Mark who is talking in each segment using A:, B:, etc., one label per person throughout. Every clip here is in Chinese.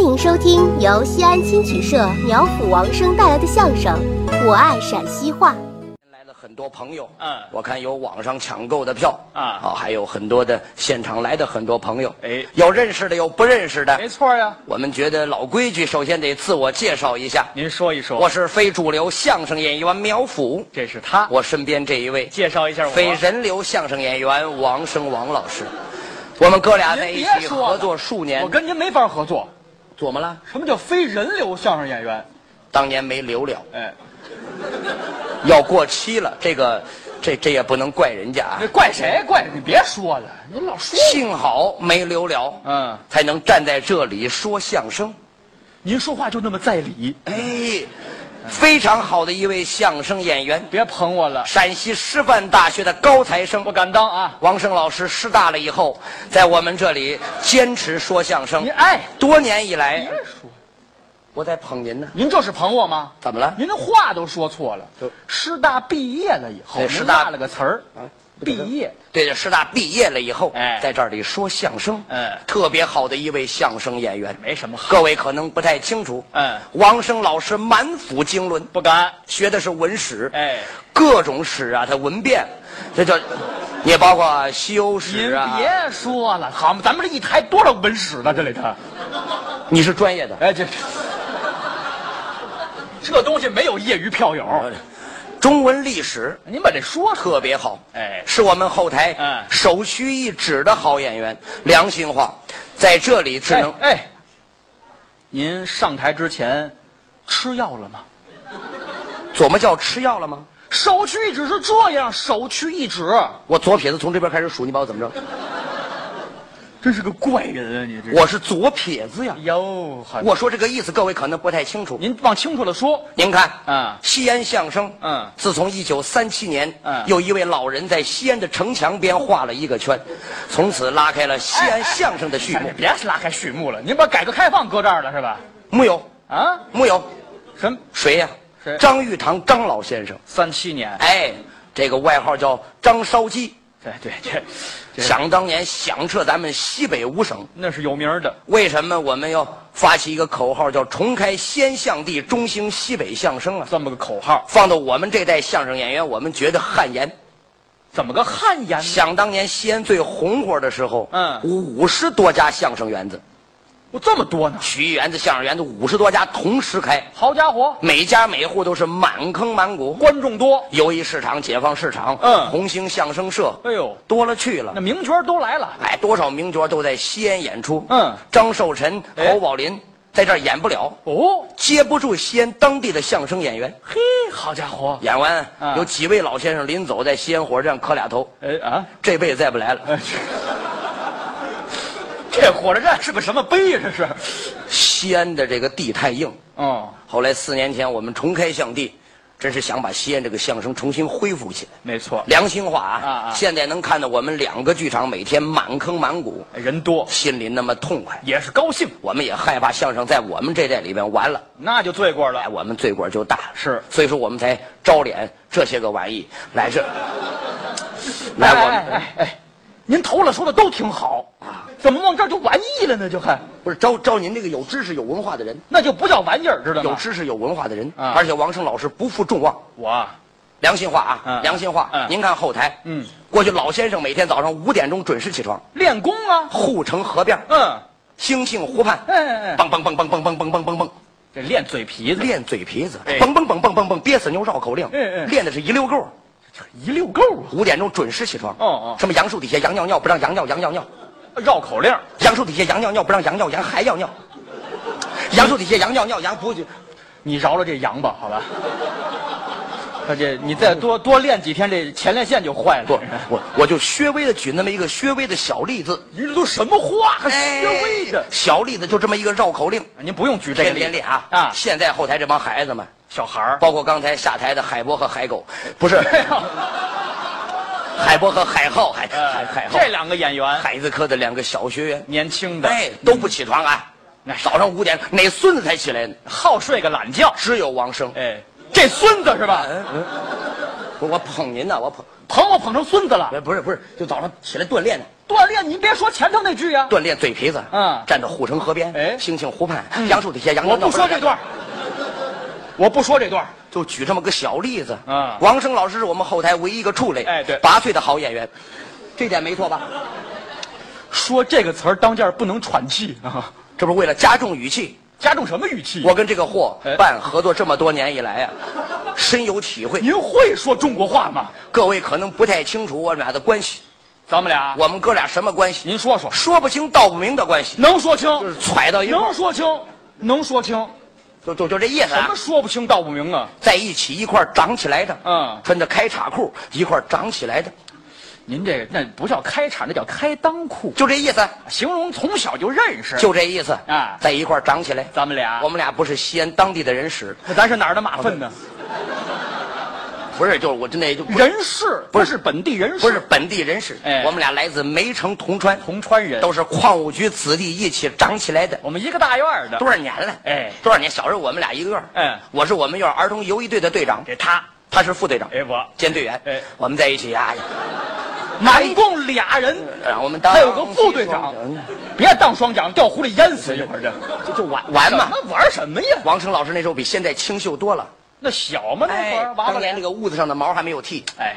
A: 迎收听由西安新曲社苗阜王声带来的相声《我爱陕西话》。
B: 来了很多朋友，
C: 嗯
B: 我看有网上抢购的票
C: 啊
B: 还有很多的现场来的很多朋友，
C: 哎
B: 有认识的，有不认识的。
C: 没错呀，
B: 我们觉得老规矩，首先得自我介绍一下，
C: 您说一说，
B: 我是非主流相声演员苗阜，
C: 这是他，
B: 我身边这一位
C: 介绍一下我。啊
B: 非人流相声演员王声王老师，我们哥俩在一
C: 您
B: 起
C: 别说了
B: 合作数年
C: 我，跟您没法合作。
B: 怎么了？
C: 什么叫非人流相声演员？
B: 当年没留了，
C: 哎，
B: 要过期了，这个这这也不能怪人家啊
C: 那。怪 谁？怪你别说了，你老说。
B: 幸好没留了，
C: 嗯
B: 才能站在这里说相声。
C: 您说话就那么在理，
B: 哎，非常好的一位相声演员，
C: 别捧我了，
B: 陕西师范大学的高材生
C: 不。敢当啊。
B: 王胜老师师大了以后，在我们这里坚持说相声
C: 您，哎，
B: 多年以来
C: 别，说，
B: 我在捧您呢。
C: 您这是捧我吗？
B: 怎么了？
C: 您的话都说错了
B: 就。
C: 师大毕业了以后，
B: 哎
C: 您
B: 师大
C: 落了个词儿，毕业。
B: 对着师大毕业了以后，
C: 哎
B: 在这里说相声，
C: 嗯
B: 特别好的一位相声演员。
C: 没什么好
B: 各位可能不太清楚，
C: 嗯
B: 王生老师满腹经纶，
C: 不敢。
B: 学的是文史，
C: 哎，
B: 各种史啊，他文变，这叫，也包括西欧
C: 您
B: 史啊。
C: 别说了，好嘛，咱们这一台多少文史呢？这里头。
B: 你是专业的，
C: 哎，这这东西没有业余票友，
B: 中文历史
C: 您把这说出来。
B: 特别好，
C: 哎
B: 是我们后台
C: 嗯
B: 首屈一指的好演员，良心话，在这里只能
C: 哎哎，您上台之前吃药了吗？
B: 琢磨叫吃药了吗？
C: 首屈一指是这样，首屈一指，
B: 我左撇子从这边开始数，你把我怎么着？
C: 真是个怪人啊！你这
B: 我是左撇子呀。
C: 哟，好
B: 我说这个意思，各位可能不太清楚。
C: 您往清楚了说，
B: 您看，
C: 嗯
B: 西安相声，
C: 嗯
B: 自从一九三七年，
C: 嗯
B: 有一位老人在西安的城墙边画了一个圈，从此拉开了西安相声的序幕
C: 哎。别拉开序幕了，您把改革开放搁这儿了是吧？
B: 木有，
C: 啊，
B: 木有，
C: 什么
B: 谁呀、
C: 谁
B: 张玉堂张老先生，
C: 三七年？
B: 哎，这个外号叫张烧鸡。
C: 对哎对，这这
B: 想当年响彻咱们西北五省，
C: 那是有名的。
B: 为什么我们要发起一个口号叫“重开先相地，中兴西北相声”啊？
C: 这么个口号，
B: 放到我们这代相声演员，我们觉得汗颜。
C: 怎么个汗颜呢？
B: 想当年西安最红火的时候，
C: 嗯
B: 五十多家相声园子、
C: 我这么多呢？
B: 曲艺园子、相声园子，五十多家同时开，
C: 好家伙，
B: 每家每户都是满坑满谷。
C: 观众多，
B: 友谊市场、解放市场，
C: 嗯
B: 红星相声社，
C: 哎呦
B: 多了去
C: 那
B: 了。
C: 名角都来了。
B: 哎，多少名角都在西安演出，
C: 嗯
B: 张寿臣、
C: 哎
B: 侯宝林在这儿演不了，
C: 哦，
B: 接不住西安当地的相声演员。
C: 嘿，好家伙，
B: 演完，
C: 嗯
B: 有几位老先生临走在西安火车站磕俩头，
C: 哎啊，
B: 这辈子再不来了。
C: 哎，这这火车站是个什么碑呀？这是，
B: 西安的这个地太硬，
C: 哦，
B: 后来四年前我们重开相地，真是想把西安这个相声重新恢复起来。
C: 没错，
B: 良心话啊，
C: 啊啊
B: 现在能看到我们两个剧场每天满坑满谷，
C: 人多
B: 心里那么痛快。
C: 也是高兴，
B: 我们也害怕相声在我们这代里边完了，
C: 那就罪过
B: 哎，
C: 了。
B: 我们罪过就大了。
C: 是
B: 所以说我们才招敛这些个玩意来这，来我们、
C: 哎哎哎，您头了说的都挺好啊，怎么往这儿就玩意了呢？就还
B: 不是招招您这个有知识有文化的人，
C: 那就不叫玩意儿，知道吗？
B: 有知识有文化的人，
C: 啊
B: 而且王胜老师不负众望。
C: 我啊，
B: 良心话啊，
C: 嗯
B: 良心话。
C: 嗯
B: 您看后台，
C: 嗯，
B: 过去老先生每天早上五点钟准时起床，
C: 练功啊，
B: 护城河边，
C: 嗯，
B: 兴庆湖畔，
C: 哎哎哎
B: 蹦蹦蹦蹦蹦蹦蹦蹦蹦蹦，
C: 这练嘴皮子，
B: 练嘴皮子，
C: 哎
B: 蹦蹦蹦蹦蹦蹦，憋死牛绕口令
C: 嗯，嗯
B: 练的是一溜够。
C: 一溜够啊，
B: 五点钟准时起床，
C: 哦哦
B: 什么杨树底下羊尿尿不让羊尿，羊尿尿，
C: 绕口令，
B: 杨树底下羊尿尿不让羊尿，羊还要尿，杨树底下羊尿尿，羊不就
C: 你饶了这羊吧，好吧？大姐，你再多多练几天，这前列腺就坏了。
B: 不，我我就略微的举那么一个略微的小例子，
C: 您这都什么话？还
B: 哎
C: 学位的？
B: 小例子就这么一个绕口令，
C: 您不用举这个
B: 天
C: 例
B: 天练啊
C: 啊！
B: 现在后台这帮孩子们，
C: 小孩儿，
B: 包括刚才下台的海波和海狗，不 是
C: 哎
B: 海波和海浩，海海海浩，
C: 呃这两个演员
B: 海字科的两个小学员，
C: 年轻的，
B: 哎，都不起床啊！
C: 那是
B: 早上五点，哪孙子才起来呢？
C: 好睡个懒觉。
B: 只有王生。
C: 哎，这孙子是吧？
B: 我我捧您呢，我捧
C: 捧我捧成孙子了。
B: 哎，不是不是，就早上起来锻炼呢，
C: 锻炼，你别说前头那句啊呀，
B: 锻炼嘴皮子。
C: 嗯
B: 站到护城河边，
C: 哎
B: 兴庆湖畔，杨树底下，杨
C: 我不说这段，我不说这段。
B: 就举这么个小例子。
C: 嗯
B: 王声老师是我们后台唯一一个畜类，
C: 哎对
B: 八岁的好演员，这点没错吧？
C: 说这个词儿当间儿不能喘气 啊，
B: 这不是为了加重语气，
C: 加重什么语气？
B: 我跟这个货
C: 哎
B: 办合作这么多年以来啊，深有体会。
C: 您会说中国话吗？
B: 各位可能不太清楚我们俩的关系，
C: 咱们俩，
B: 我们哥俩什么关系？
C: 您说说，
B: 说不清道不明的关系，
C: 能说清，
B: 就是揣到一块
C: 能
B: 儿，
C: 说清，能说清，
B: 就就就这意思
C: 什
B: 啊
C: 么。说不清道不明啊？
B: 在一起一块儿长起来的，
C: 嗯
B: 穿着开衩裤一块儿长起来的，
C: 您这个那不叫开叉，那叫开裆裤，
B: 就这意思，啊
C: 形容从小就认识。
B: 就这意思
C: 啊
B: 在一块儿长起来，
C: 咱们俩，
B: 我们俩不是西安当地的人使，
C: 那咱是哪儿的马粪呢？
B: 不是，就是我真的就不
C: 人事
B: 不
C: 不
B: 是
C: 是本地人士，
B: 不是本地人士，
C: 哎
B: 我们俩来自梅城铜川，
C: 铜川人，
B: 都是矿务局子弟一起长起来的，
C: 我们一个大院儿的。
B: 多少年了？
C: 哎
B: 多少年？小时候我们俩一个院，
C: 嗯
B: 我是我们院儿童游击队的队长，
C: 给他，
B: 他是副队长，
C: 哎我
B: 兼队员，
C: 哎
B: 我们在一起啊，
C: 南共俩人，
B: 让我们当
C: 还有个副队长，别当双桨，掉湖里淹死一会儿这。
B: 就就玩玩嘛。
C: 那玩什么呀？
B: 王成老师那时候比现在清秀多了，
C: 那小嘛那会哎儿，娃
B: 当
C: 娃
B: 年这
C: 脸。
B: 个痦子上的毛还没有剃，
C: 哎，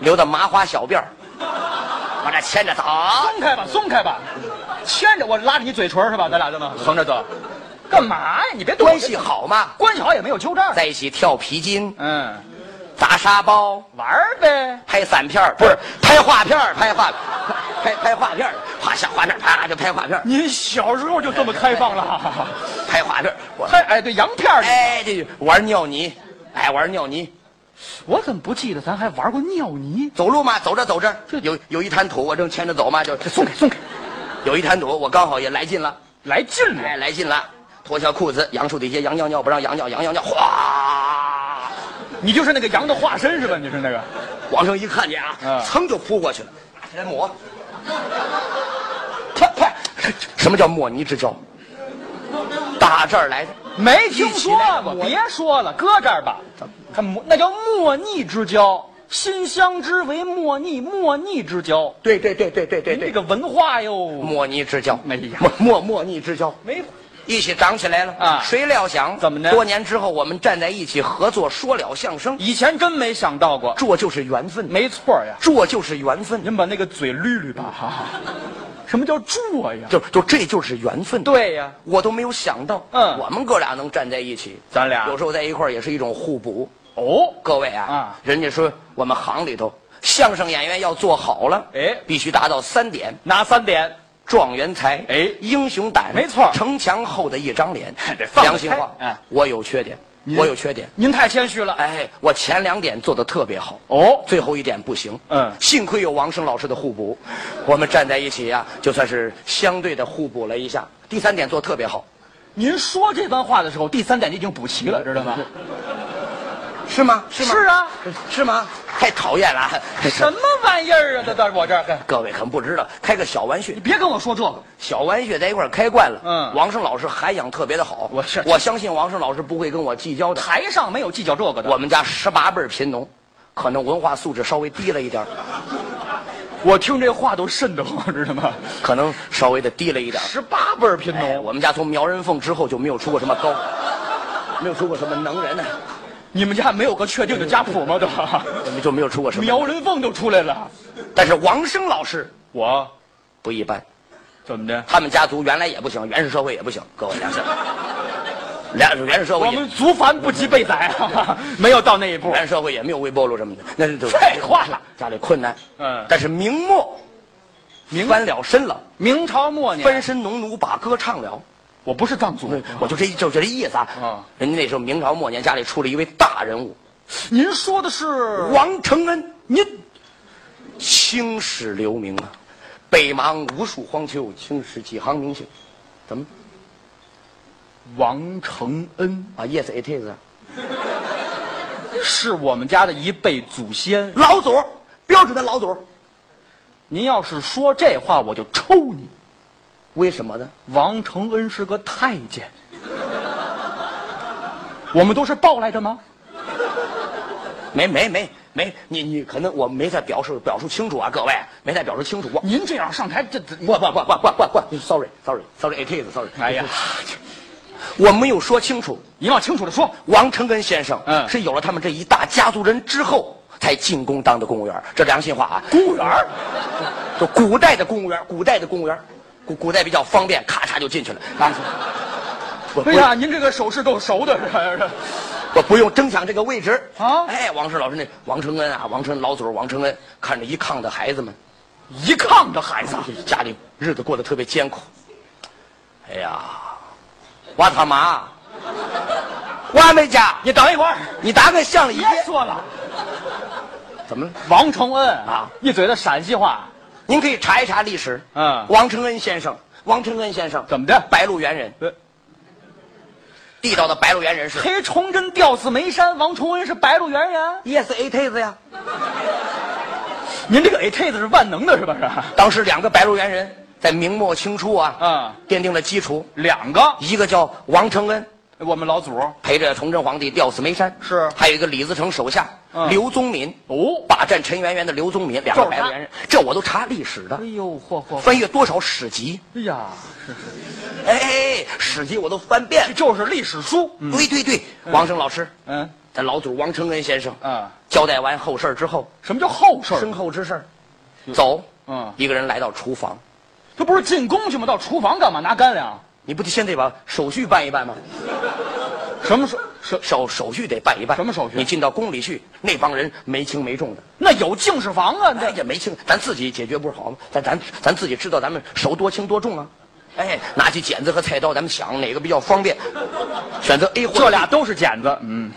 B: 留的麻花小辫儿，往这牵着走，
C: 松开吧，松开吧，牵着我拉着你嘴唇是吧？咱俩就能横着走，干嘛呀？你别
B: 关系，好嘛，
C: 关系好也没有纠正。
B: 在一起跳皮筋、
C: 嗯，
B: 砸沙包、
C: 玩儿呗。
B: 拍散片儿，不是拍画片儿，拍画，拍拍画片儿，画下画那儿啪就拍画片儿，
C: 您小时候就这么开放了？
B: 拍画片儿，我
C: 还哎，对洋片儿
B: 哎这玩尿泥，哎玩尿泥，
C: 我怎么不记得咱还玩过尿泥？
B: 走路嘛，走着走着
C: 这
B: 有有一滩土，我正牵着走嘛，就
C: 松开，松开，
B: 有一滩土，我刚好也来劲了。
C: 来劲了。
B: 哎，来劲了，脱下裤子，杨树底下羊尿尿不让羊尿，羊尿尿，哗！
C: 你就是那个羊的化身是吧？你是那个
B: 王成一看见啊
C: 嗯，
B: 噌、就扑过去了，拿起来抹，快快！什么叫抹泥之交？打这儿来的，
C: 没听说过，
B: 一起来
C: 别说了，搁这儿吧。还莫那叫莫逆之交，心相知为莫逆，莫逆之交。
B: 对对对对对对
C: 您这，个文化哟，
B: 抹泥之交，
C: 哎呀
B: 抹抹抹泥之交，
C: 没
B: 一起长起来了
C: 啊
B: 谁料想，
C: 怎么呢
B: 多年之后，我们站在一起合作，说了相声，
C: 以前真没想到过。
B: 这就是缘分，
C: 没错呀，
B: 这就是缘分，
C: 您把那个嘴捋捋吧。哈哈什么叫住呀？
B: 就就这就是缘分。
C: 对呀，
B: 我都没有想到，
C: 嗯
B: 我们哥俩能站在一起，
C: 咱俩
B: 有时候在一块儿也是一种互补。
C: 哦，
B: 各位啊，
C: 啊
B: 人家说我们行里头，相声演员要做好了，
C: 哎
B: 必须达到三点：
C: 拿三点，
B: 状元才，
C: 哎
B: 英雄胆，
C: 没错
B: 城墙后的一张脸
C: 得。放得
B: 良心话，
C: 开哎
B: 我有缺点，我有缺点，
C: 您太谦虚了。
B: 哎，我前两点做的特别好。
C: 哦，
B: 最后一点不行，
C: 嗯
B: 幸亏有王声老师的互补，我们站在一起呀、就算是相对的互补了一下。第三点做得特别好，
C: 您说这番话的时候，第三点你已经补齐了，知道吗？
B: 是吗？是吗？
C: 嗯是啊，
B: 是吗？太讨厌了！
C: 什么玩意儿啊？这到我这儿，嘿
B: 各位可不知道，开个小玩笑
C: 你，别跟我说这个。
B: 小玩笑在一块儿开惯了。
C: 嗯
B: 王胜老师涵养特别的好，
C: 我是
B: 我相信王胜老师不会跟我计较的。
C: 台上没有计较这个的。
B: 我们家十八辈儿贫农，可能文化素质稍微低了一点儿，
C: 我听这话都瘆得慌，知道吗？
B: 可能稍微的低了一点儿。
C: 十八辈儿哦贫
B: 哎，
C: 农，
B: 我们家从苗人凤之后就没有出过什么 高，没有出过什么能人呢、啊
C: 你们家没有个确定的家谱吗？都，
B: 我们就没有出过什么。
C: 苗人凤都出来了。
B: 但是王生老师
C: 我
B: 不一般，
C: 怎么的？
B: 他们家族原来也不行，原始社会也不行，各位良心，原始原始社会
C: 我
B: 也
C: 们族繁不及啊备载，没有到那一步。
B: 原社会也没有微波炉什么的，那是就
C: 废话了，
B: 家里困难。
C: 嗯
B: 但是明末，
C: 明
B: 翻了身了，
C: 明朝末
B: 翻
C: 年，
B: 身农奴把歌唱了。
C: 我不是藏族。
B: 我就这就这意思啊。
C: 啊
B: 人家那时候明朝末年家里出了一位大人物，
C: 您说的是
B: 王承恩，您青史留名啊，北邙无数荒丘，青史几行名姓。怎么
C: 王承恩，
B: 啊？Yes it is。
C: 是我们家的一辈祖先。
B: 老祖儿，标准的老祖儿。
C: 您要是说这话，我就抽你。
B: 为什么呢？
C: 王承恩是个太监，我们都是抱来着吗？
B: 没没没没你你可能我没太表示表述清楚啊，各位没太表述清楚。我
C: 您这样上台，这这
B: 不不不不不不不，sorry sorry sorry it is sorry。
C: 哎呀，
B: 我没有说清楚，
C: 你往清楚的说。
B: 王成根先生，
C: 嗯
B: 是有了他们这一大家族人之后才进宫当的公务员儿，这良心话啊！公务员，就古代的公务员儿，古代的公务员儿，古古代比较方便，咔嚓就进去了啊！ 我不
C: 哎呀，您这个手势够熟的，是吧？
B: 我不用争抢这个位置
C: 啊
B: 哎，王石老师那王承恩啊，王承恩老祖儿王承恩，看着一炕的孩子们，
C: 一炕的孩子，
B: 家里日子过得特别艰苦。哎呀，我他妈，我们家
C: 你等一会儿，
B: 你打个乡里
C: 别说了。
B: 怎么了？
C: 王承恩啊
B: 啊，
C: 一嘴的陕西话，
B: 您可以查一查历史。
C: 嗯
B: 王承恩先生，王承恩先生
C: 怎么的？
B: 白鹿原人，
C: 呃
B: 地道的白鹿原人是。
C: 黑崇祯吊死煤山，王承恩是白鹿原人。
B: Yes, it is 呀。
C: 您这个 it 是万能的，是不是？
B: 当时两个白鹿原人在明末清初啊，
C: 嗯
B: 奠定了基础。
C: 两个，
B: 一个叫王承恩，
C: 我们老祖
B: 陪着崇祯皇帝吊死煤山；
C: 是
B: 还有一个李自成手下、
C: 嗯
B: 刘宗敏，
C: 哦。
B: 霸占陈圆圆的刘宗敏，两个
C: 就是
B: 白
C: 他
B: 鹿原人。这我都查历史的
C: 哎，呦，嚯嚯！嚯
B: 翻阅多少史籍？
C: 哎呀，
B: 哎哎，哎史籍我都翻遍了。
C: 就是历史书。嗯
B: 对对对，王生老师，
C: 嗯
B: 咱老祖王承恩先生，
C: 啊，
B: 交代完后事儿之后，
C: 什么叫后事
B: 身
C: 儿？
B: 后之事儿，走，
C: 嗯
B: 一个人来到厨房，
C: 这不是进宫去吗？到厨房干嘛？拿干粮？
B: 你不得先得把手续办一办吗？
C: 什么说什？
B: 手手续得办一办，
C: 什么手续
B: 你进到宫里去，那帮人没轻没重的，
C: 那有净室房啊？
B: 哎
C: 那
B: 呀，没轻，咱自己解决不是好吗？咱咱咱自己知道咱们手多轻多重啊，哎，拿起剪子和菜刀，咱们想哪个比较方便，选择 A 或者 B
C: 这俩都是剪子。嗯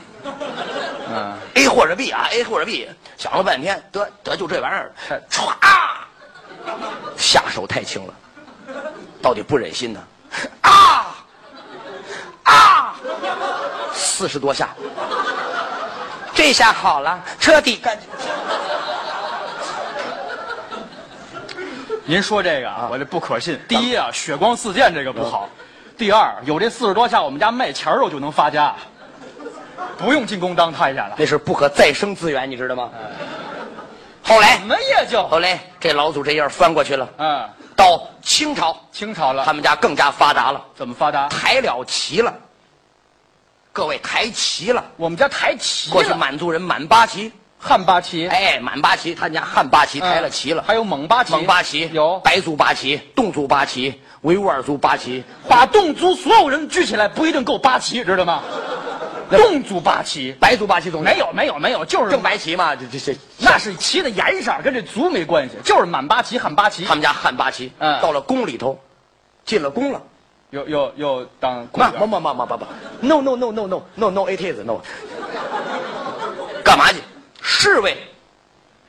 B: A 或者 B 啊，A 或者 B，想了半天，得得就这玩意儿
C: 哎，
B: 歘，下手太轻了，到底不忍心呢，啊啊，四十多下，这下好了，彻底干净。
C: 您说这个啊，我这不可信。第一啊，血光四溅这个不好；第二，有这四十多下，我们家卖钱儿肉就能发家，不用进宫当太监了。
B: 那是不可再生资源，你知道吗？后来
C: 什，么也就
B: 后来这老祖这页翻过去了，
C: 嗯，
B: 到清朝，
C: 清朝了
B: 他，们家更加发达了，
C: 怎么发达？
B: 抬了旗了，各位抬旗了。
C: 我们家抬旗
B: 过去
C: 了，
B: 满族人满八旗，
C: 汉八旗，
B: 哎，满八旗，他家汉八旗
C: 嗯
B: 开了旗了，
C: 还有蒙八旗，
B: 蒙八旗
C: 有
B: 白族八旗、侗族八旗、维吾尔族八旗，
C: 把侗族所有人聚起来，不一定够八旗，知道吗？侗族八旗
B: 白族八旗总
C: 没有没有没有，就是
B: 正白旗嘛，这这这，
C: 那是旗的颜色，跟这族没关系，就是满八旗、汉八旗
B: 他。们家汉八旗，
C: 嗯
B: 到了宫里头，进了宫了，
C: 又又又当
B: 不不不不不不不，no no no no no no no it is no，干嘛去？侍卫，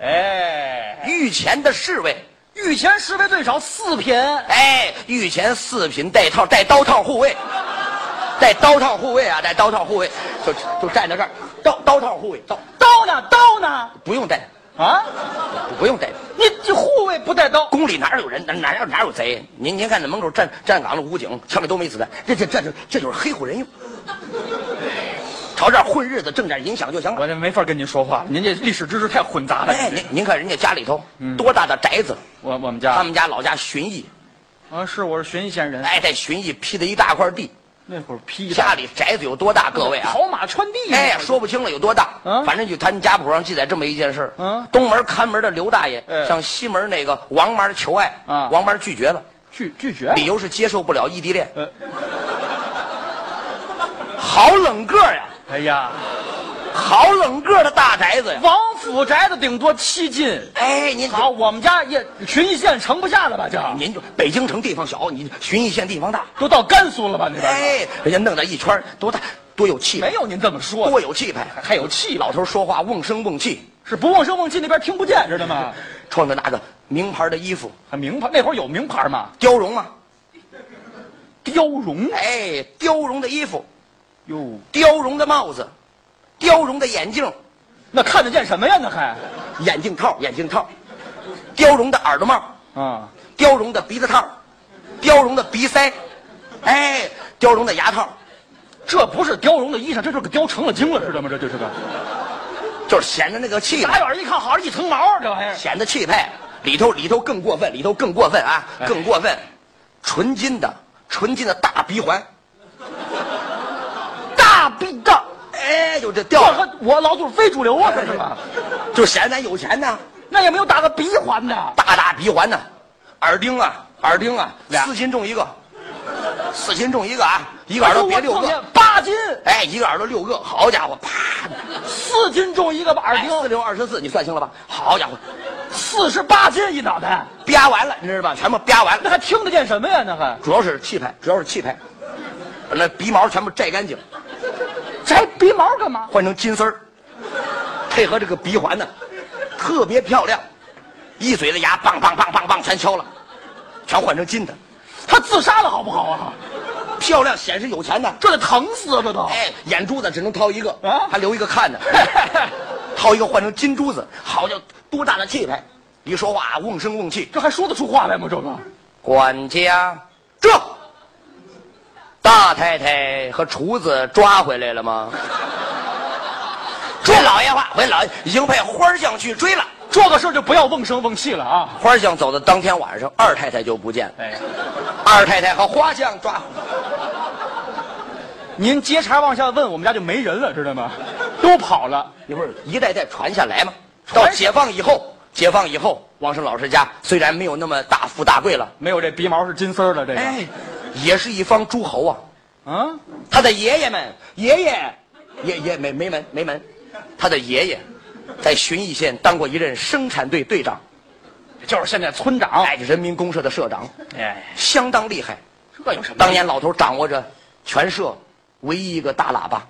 C: 哎，
B: 御前的侍卫，
C: 御前侍卫最少四品，
B: 哎，御前四品带套带刀套护卫，带刀套护卫啊，带刀套护卫，就就站在这儿，刀刀套护卫，刀
C: 刀呢？刀呢？
B: 不用带，
C: 啊，
B: 不用带，
C: 你你护卫不带刀，
B: 宫里哪有人哪哪有哪有贼？您您看这门口站站岗的武警，枪里都没子弹，这这这就这就是黑户人用，朝这儿混日子挣点影响就行了。
C: 我这没法跟您说话了，您这历史知识太混杂了。
B: 哎，您您看人家家里头多大的宅子，
C: 我我们
B: 他
C: 家
B: 们家老家旬邑，
C: 啊，是我是寻一县人，
B: 哎，在旬邑批的一大块地，
C: 那会儿批
B: 家里宅子有多大？各位啊，
C: 跑马穿地，
B: 哎，说不清了有多大，
C: 嗯
B: 反正就他们家谱上记载这么一件事儿，
C: 嗯
B: 东门看门的刘大爷
C: 哎
B: 向西门那个王妈求爱，
C: 啊哎
B: 王妈拒绝了，
C: 拒拒绝
B: 理由是接受不了异地恋，
C: 呃，
B: 好冷个儿呀，
C: 哎呀，
B: 好冷个儿的大宅子呀，
C: 王府宅子顶多七进。
B: 哎，您
C: 好，，我们家也旬邑县盛不下了吧？这
B: 您就北京城地方小，你旬邑县地方大，
C: 都到甘肃了吧？那边、
B: 哎，人家弄这一圈儿多大，多有气派
C: 没，有您这么说的，
B: 多有气派，
C: 还有气
B: 老头说话瓮声瓮气，
C: 是不瓮声瓮气，那边听不见，知道吗？
B: 穿的那个名牌的衣服，
C: 啊名牌那会儿有名牌吗？
B: 貂绒啊，
C: 貂绒
B: 哎，貂绒的衣服，
C: 哟，
B: 貂绒的帽子，貂绒的眼镜。
C: 那看得见什么呀？那还
B: 眼镜套，眼镜套，貂绒的耳朵帽，
C: 啊，
B: 貂绒的鼻子套，貂绒的鼻塞，哎，貂绒的牙套，
C: 这不是貂绒的衣裳，这就是给貂成了精了，知道吗？这这是个
B: 就是显得那个气
C: 打
B: 派，
C: 远一看，好像一层毛，这玩意儿。
B: 显得气派。里头里头更过分，里头更过分啊，
C: 哎
B: 更过分。纯金的，纯金的大鼻环，大鼻大，哎，就这掉
C: 我
B: 了，
C: 和我老祖非主流啊，这是吧？
B: 就显得咱有钱呢。
C: 那也没有打个鼻环的，
B: 大大鼻环呢，耳钉啊，耳钉啊，
C: 哎俩
B: 四斤重一个，四斤重一个啊，一个耳朵别六
C: 哎呦我
B: 个
C: 碰，见八斤，
B: 哎，一个耳朵六个，好家伙，啪，
C: 四斤重一个耳钉，
B: 四六二十四，你算清了吧？好家伙，
C: 四十八斤一脑袋，
B: 啪完了，你知道吧？全部啪完了，
C: 那还听得见什么呀？那还
B: 主要是气派，主要是气派，把那鼻毛全部摘干净，
C: 摘鼻毛干嘛？
B: 换成金丝儿，配合这个鼻环呢，特别漂亮，一嘴的牙，梆梆梆梆梆全敲了，全换成金的，
C: 他自杀了好不好啊？
B: 漂亮显示有钱呢。
C: 这得疼死啊！这都
B: 哎，眼珠子只能掏一个，
C: 啊
B: 还留一个看呢，掏一个换成金珠子，好家伙，多大的气派！一说话瓮声瓮气。
C: 这还说得出话来吗？这个
B: 管家，这大太太和厨子抓回来了吗？追老爷话，回老爷已经派花匠去追了。
C: 这个事儿就不要瓮声瓮气了啊！
B: 花匠走的当天晚上，二太太就不见了。
C: 哎，
B: 二太太和花匠抓，
C: 您接茬往下问，我们家就没人了，知道吗？都跑了。
B: 你不是一代代传下来吗？到解放以后，解放以后，王胜老师家虽然没有那么大富大贵了。
C: 没有这鼻毛是金丝儿的这个，
B: 哎，也是一方诸侯啊。
C: 嗯，
B: 他的爷爷们，爷爷，爷爷没没门没门，他的爷爷在旬邑县当过一任生产队队长，
C: 就是现在村长。
B: 哎，人民公社的社长，
C: 哎，
B: 相当厉害。
C: 这有什么？
B: 当年老头掌握着全社唯一一个大喇叭，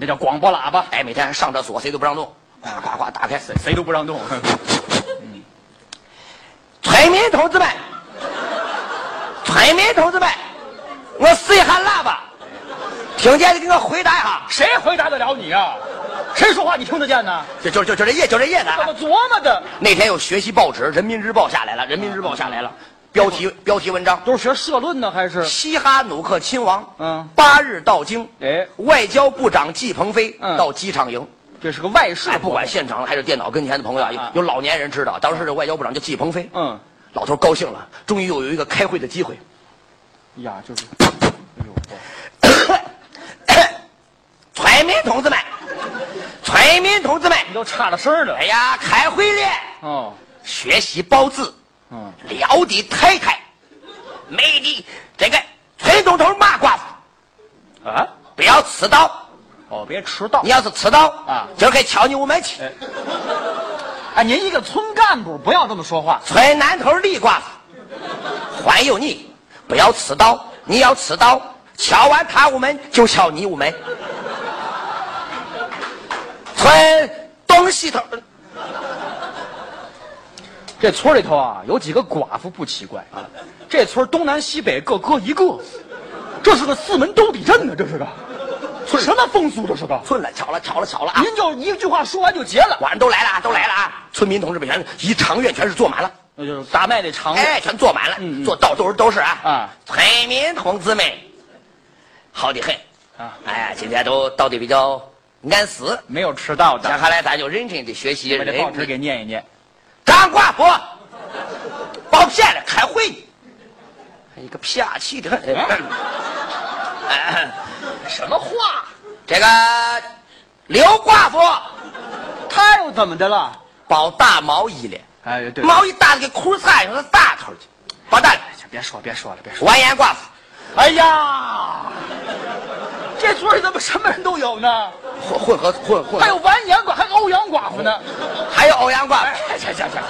C: 这叫广播喇叭，
B: 哎，每天还上厕所谁都不让动，呱呱呱打开。
C: 谁都不让动。
B: 村民同志们，村民同志们，我谁喊喇叭？听见的给我回答一下。
C: 谁回答得了你啊？谁说话你听得见呢？
B: 就就就就这意，就这意思啊
C: 怎。么琢磨的？
B: 那天有学习报纸，《人民日报》下来了，《人民日报》下来了，标题标题文章：
C: 都是学社论呢，还是？
B: 西哈努克亲王，
C: 嗯
B: 八日到京，
C: 哎
B: 外交部长季鹏飞
C: 嗯
B: 到机场营，
C: 这是个外事
B: 哎，，不管现场了还是电脑跟前的朋友啊，有
C: 啊
B: 有老年人知道，当时这外交部长叫季鹏飞，
C: 嗯，
B: 老头高兴了，终于又有一个开会的机会。
C: 呀，就是，哎
B: 村民同志们，村民同志们，
C: 你都差了声儿了。
B: 哎呀，开会了，
C: 哦，
B: 学习包子。
C: 嗯，
B: 聊得太开，美的这个村东头骂寡妇，
C: 啊，
B: 不要迟到。
C: 哦，别迟到
B: 你。要是迟到
C: 啊
B: 今儿给瞧你屋门去。
C: 哎，您一个村干部不要这么说话。
B: 村南头李寡妇，还有你，不要迟到。你要迟到，瞧完他屋门就瞧你屋门。村东西头，
C: 这村里头啊，有几个寡妇不奇怪啊。这村东南西北各搁一个，这是个四门兜底阵呢，这是个。村什么风俗这是个？
B: 村了，瞧了，瞧了，瞧了啊！
C: 您就一句话说完就结了，
B: 晚上都来了啊，都来了啊！村民同志们全一长院全是坐满了。
C: 那就是打麦那长
B: 哎，全坐满了，
C: 嗯嗯
B: 坐到都是都是啊。
C: 啊
B: 村民同志们，好的很
C: 啊
B: 哎呀，今天都到的比较按时，
C: 没有迟到
B: 接
C: 的。
B: 下来咱就认真的学习。
C: 把这报纸给念一念。
B: 张寡妇，包骗了，开会，哎一个撇气的很。
C: 哎
B: 哎什么话？这个刘寡妇
C: 他又怎么的了？
B: 包大毛衣了，
C: 哎，对，
B: 毛衣搭的跟裤衩上的大头去，包大了。
C: 别说别说了，别说。
B: 完颜寡妇。
C: 哎呀，这村里怎么什么人都有呢？
B: 混混合混混合，
C: 还有完颜寡，还有欧阳寡妇呢。
B: 还有欧阳寡
C: 哎
B: 妇，，
C: 行行行，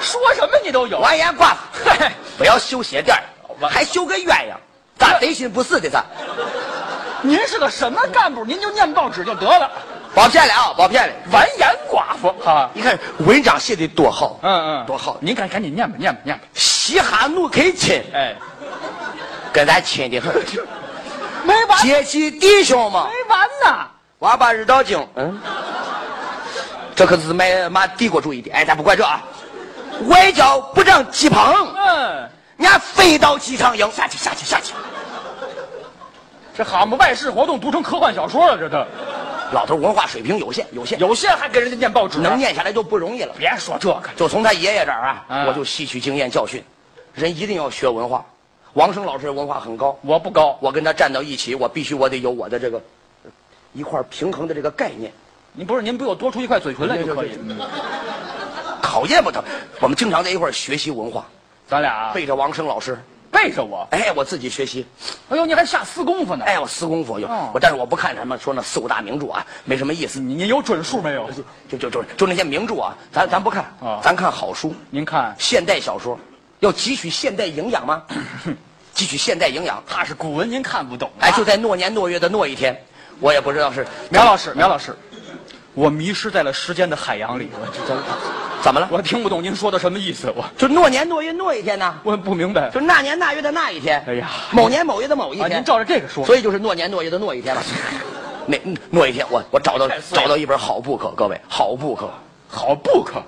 C: 说什么你都有。
B: 完颜寡妇，
C: 哎嘿，
B: 不要修鞋垫儿
C: 完
B: 还修个鸳鸯，咋贼心不死的咋？
C: 您是个什么干部？您就念报纸就得了。
B: 保骗了啊，保骗了！
C: 完颜寡妇啊，
B: 你看文章写的多好，
C: 嗯嗯，
B: 多好！
C: 您赶赶紧念吧，念吧，念吧。
B: 西哈努克亲，
C: 哎，
B: 跟咱亲的很，
C: 没完
B: 阶级弟兄嘛。
C: 没完呢。
B: 娃把日到京，嗯，这可是卖骂帝国主义的。哎，咱不管这啊，外交部长季鹏，
C: 嗯，
B: 人家飞到机场营，下去下去下去，
C: 这蛤蟆外事活动读成科幻小说了，这都。
B: 老头文化水平有限，有限，
C: 有些还给人家念报纸，
B: 能念下来就不容易了。
C: 别说这个了，
B: 就从他爷爷这儿啊，
C: 嗯
B: 我就吸取经验教训，人一定要学文化。王生老师文化很高，
C: 我不高，
B: 我跟他站到一起，我必须我得有我的这个呃一块平衡的这个概念，
C: 您不是您不有多出一块嘴唇来就可以
B: 对？考验不他。我们经常在一块儿学习文化，
C: 咱俩啊
B: 背着王生老师，
C: 背着我，
B: 哎，我自己学习，
C: 哎呦，您还下私功夫呢？
B: 哎，我私功夫有
C: 哦，
B: 我但是我不看什么说那四五大名著啊，没什么意思。
C: 你你有准数没有？
B: 就就就就那些名著啊，咱咱不看
C: 啊，
B: 咱看好书。
C: 您看，
B: 现代小说，要汲取现代营养吗？汲取现代营养。
C: 怕是古文您看不懂啊。
B: 哎，就在诺年诺月的诺一天，我也不知道是
C: 苗老师，苗老师，我迷失在了时间的海洋里，我
B: 怎怎么了？
C: 我听不懂您说的什么意思，我
B: 就诺年诺月诺一天呢？
C: 我不明白。
B: 就那年那月的那一天。
C: 哎呀
B: 某年某月的某一
C: 啊，
B: 天。
C: 您照着这个说，
B: 所以就是诺年诺月的诺一天 嘛。那嗯诺一天，我我找到
C: 太碎了
B: 找到一本好 book，各位好 book，
C: 好不可，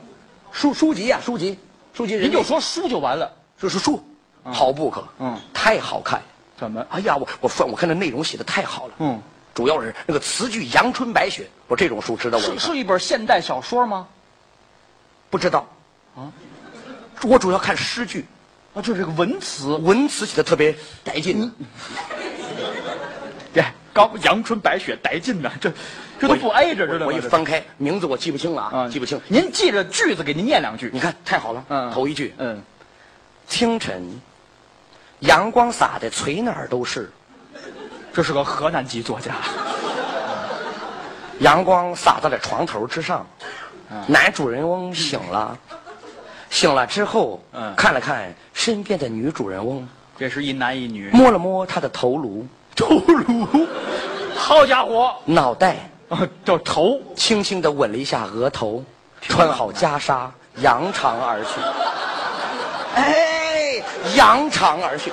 B: 书书籍啊，书籍，书籍人
C: 您
B: 家
C: 就说书就完了。
B: 就是书，好 book，
C: 嗯
B: 太好看。
C: 怎么？
B: 哎呀，我我翻我看那内容写的太好了，
C: 嗯，
B: 主要是那个词句阳春白雪，我这种书值得我一
C: 是
B: 看。
C: 是一本现代小说吗？
B: 不知道，啊，我主要看诗句，
C: 啊，就是这个文词。
B: 文词写的特别带
C: 嗯
B: 劲。
C: 对，刚阳春白雪带劲呢，这这都不挨着，知道吗？
B: 我一翻开名字我记不清了啊，记不清。
C: 您记着句子，给您念两句
B: 你。看太好了，
C: 嗯，
B: 头一句，
C: 嗯，
B: 清晨，阳光洒的垂哪儿都是，
C: 这是个河南籍作家，
B: 阳光洒在了床头之上。
C: 啊
B: 男主人翁醒了，醒了之后，
C: 嗯
B: 看了看身边的女主人翁，
C: 这是一男一女。
B: 摸了摸她的头颅、
C: 头颅， 好家伙，
B: 脑袋，
C: 啊，叫头，
B: 轻轻地吻了一下额头，穿好袈裟，扬长而去。哎，扬长而去。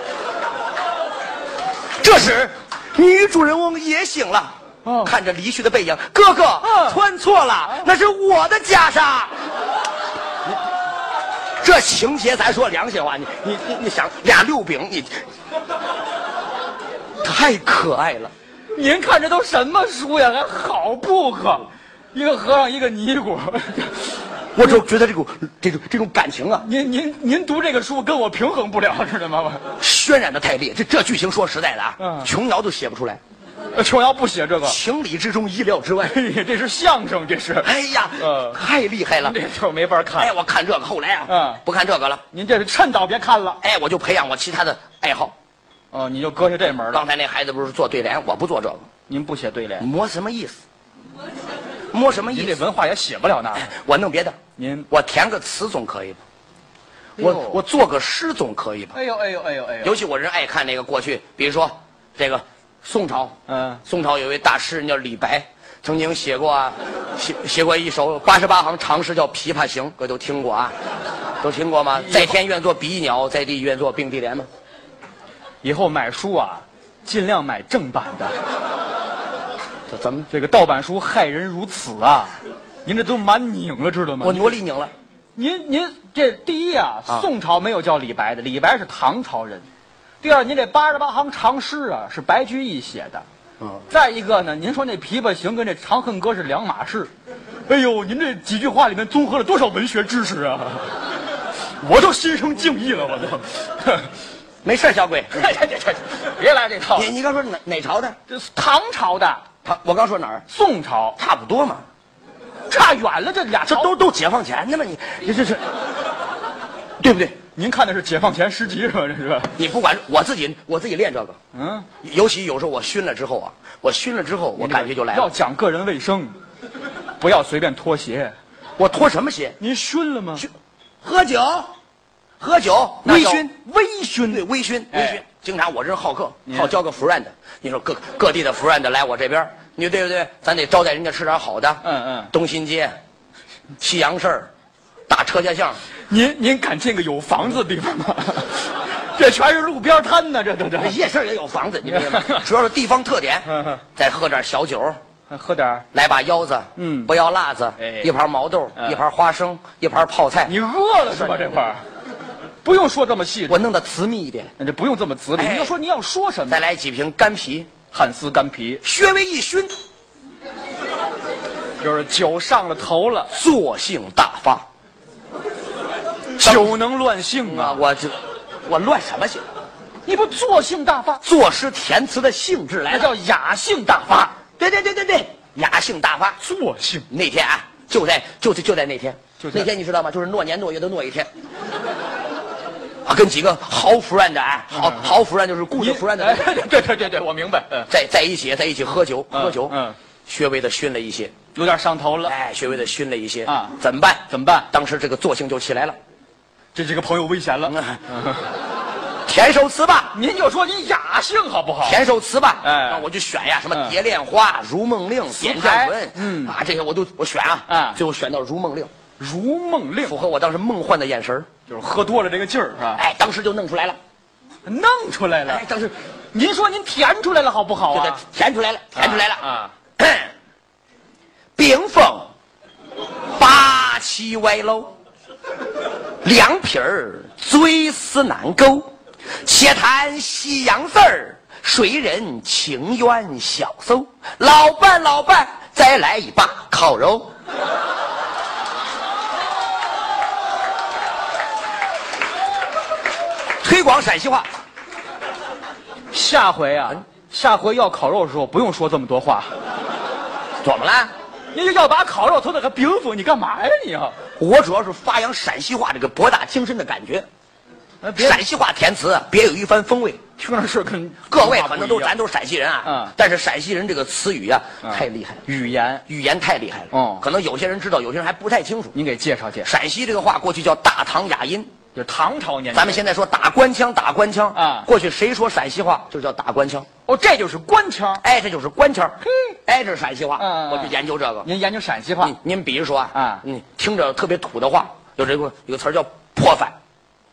B: 这时，女主人翁也醒了，
C: 哦
B: 看着离去的背影，哥哥、
C: 嗯
B: 穿错了，那是我的袈裟。这情节，咱说良心话，你你你你想俩六饼，你太可爱了。
C: 您看这都什么书呀？还好不可，一个和尚一个尼姑。
B: 我就觉得这种这种这种感情啊，
C: 您您您读这个书跟我平衡不了，知道吗？
B: 渲染的太烈，这这剧情说实在的啊，
C: 嗯
B: 琼瑶都写不出来，
C: 呃琼瑶不写这个，
B: 情理之中，意料之 外。
C: 哎呀，这是相声，这是，
B: 哎呀，
C: 嗯
B: 太厉害了！
C: 这就没法
B: 哎，
C: 看。
B: 我看这个，后来啊，
C: 嗯
B: 不看这个了，
C: 您这是趁早别看了，
B: 哎，我就培养我其他的爱好。
C: 哦，你就搁下这门了。
B: 刚才那孩子不是做对联，我不做这个，
C: 您不写对联，
B: 摸什么意思？摸什么
C: 您
B: 意
C: 这
B: 思？
C: 文化也写不了那儿。
B: 我弄别的，
C: 您，
B: 我填个词总可以吧？
C: 哎呦
B: 我我做个诗总可以吧？
C: 哎呦哎呦哎呦哎呦，
B: 尤其我人爱看那个过去，比如说这个宋朝，
C: 嗯
B: 宋朝有位大诗人叫李白，曾经写过啊，写写过一首八十八行长诗叫《琵琶行》，各位都听过啊，都听过吗？在天愿作比翼鸟，在地愿作并蒂莲吗？
C: 以后买书啊，尽量买正版的。
B: 这怎么？
C: 这个盗版书害人如此啊！您这都蛮拧了，知道吗？
B: 我我理拧了，
C: 您您这第一啊，宋朝没有叫李白的，李白是唐朝人。第二，您这八十八行长诗啊，是白居易写的。
B: 嗯
C: 再一个呢，您说那《琵琶行》跟这《长恨歌》是两码事。哎呦，您这几句话里面综合了多少文学知识啊！ 我都心生敬意了，我都。
B: 没事儿，小鬼，
C: 哎呀这这别来这套
B: 你，你刚说哪哪朝的？
C: 这是唐朝的，
B: 他我刚说哪儿？
C: 宋朝
B: 差不多嘛，
C: 差远了，这俩
B: 这
C: 朝
B: 都都解放前的嘛，你你这是对不对？
C: 您看的是解放前诗集是吧？这是，
B: 你不管我自己，我自己练这个。
C: 嗯，
B: 尤其有时候我熏了之后啊，我熏了之后，我感觉就来
C: 要
B: 了。
C: 讲个人卫生，不要随便脱鞋。
B: 我脱什么鞋？
C: 您熏了吗？
B: 熏，喝酒，喝酒，那
C: 微
B: 叫
C: 醺，微
B: 对，
C: 醺。
B: 微醺，微
C: 哎
B: 醺。经常我这人好客，
C: 您
B: 好交个 friend。你说各各地的 friend 来我这边儿，你对不对？咱得招待人家吃点好的。
C: 嗯嗯
B: 东新街，西洋市儿，大车家巷，
C: 您您敢进个有房子的地方吗？ 这全是路边摊呢，这这
B: 那
C: 这。
B: 夜市儿也有房子，你明白 吗？主要是地方特点
C: 嗯嗯。
B: 再喝点小酒，
C: 喝点儿，
B: 来把腰子，
C: 嗯
B: 不要辣子
C: 哎，
B: 一盘毛豆，
C: 嗯
B: 一盘花生，一盘泡菜。
C: 你饿了是吧？这块儿，不用说这么细，
B: 我弄得慈密一点，
C: 这不用这么直理。
B: 哎
C: 你要说您要说什么
B: 再？来几瓶干啤，
C: 汉斯干啤，
B: 稍微一熏，
C: 就是酒上了头了，
B: 作性大发。
C: 酒能乱性
B: 啊，
C: 啊！
B: 我这我乱什么性？
C: 你不作性大发，
B: 作诗填词的兴致来
C: 那
B: 了。
C: 叫雅兴大发。
B: 对对对对对，雅兴大发。
C: 作性
B: 那天啊，就在就在就在那天，
C: 就在
B: 那天你知道吗？就是诺年诺月的诺一天。啊，跟几个好 friend 啊，好好 friend 就是顾着 friend
C: 嗯哎
B: 的，
C: 对对对对，我明白，嗯，
B: 在在一起，在一起喝酒
C: 嗯
B: 喝酒，
C: 嗯，
B: 稍微的熏了一些，
C: 有点上头了，
B: 哎，稍微的熏了一些
C: 啊
B: 怎么办？
C: 怎么办？
B: 当时这个作性就起来了，
C: 这这个朋友危险 了。
B: 嗯填首词吧，
C: 您就说你雅兴好不好？
B: 填首词吧，
C: 哎
B: 那我就选呀，什么《
C: 嗯
B: 蝶恋花》《如梦令》《点绛文》，
C: 嗯
B: 啊，这些我都我选啊，
C: 啊
B: 最后选到《如梦令》，
C: 如梦令
B: 符合我当时梦幻的眼神儿
C: 就是喝多了这个劲儿是吧？
B: 哎，当时就弄出来了，
C: 弄出来了
B: 哎，，当时
C: 您说您填出来了好不好
B: 就给
C: 啊？
B: 填出来了，填出来了
C: 啊！
B: 冰封八七歪楼，凉皮儿追思难勾，且谈西洋字儿，谁人情冤小搜？老伴老伴，再来一把烤肉。 推广陕西话，
C: 下回
B: 嗯
C: 啊，下回要烤肉的时候不用说这么多话，
B: 怎么了？
C: 您就要把烤肉头那个冰封，你干嘛呀你啊？
B: 我主要是发扬陕西话这个博大精深的感觉。
C: 哎别
B: 陕西话填词啊别有一番风味。
C: 听着是跟
B: 各位可能都
C: 不一样
B: 咱都是陕西人啊，
C: 嗯
B: 但是陕西人这个词语啊、太厉害了，
C: 语言，
B: 语言太厉害了。
C: 哦
B: 可能有些人知道，有些人还不太清楚。
C: 您给介绍介绍，
B: 陕西这个话过去叫大唐雅音，
C: 就是唐朝年代，
B: 咱们现在说打官腔，打官腔
C: 哎啊
B: 过去谁说陕西话就叫打官腔，
C: 哦，这就是官腔。
B: 哎，这就是官腔，哎，这是陕西话。
C: 嗯嗯嗯
B: 我就研究这个。
C: 您研究陕西话
B: 您，您比如说啊，
C: 啊
B: 嗯，听着特别土的话，有这个有个词儿叫泼饭，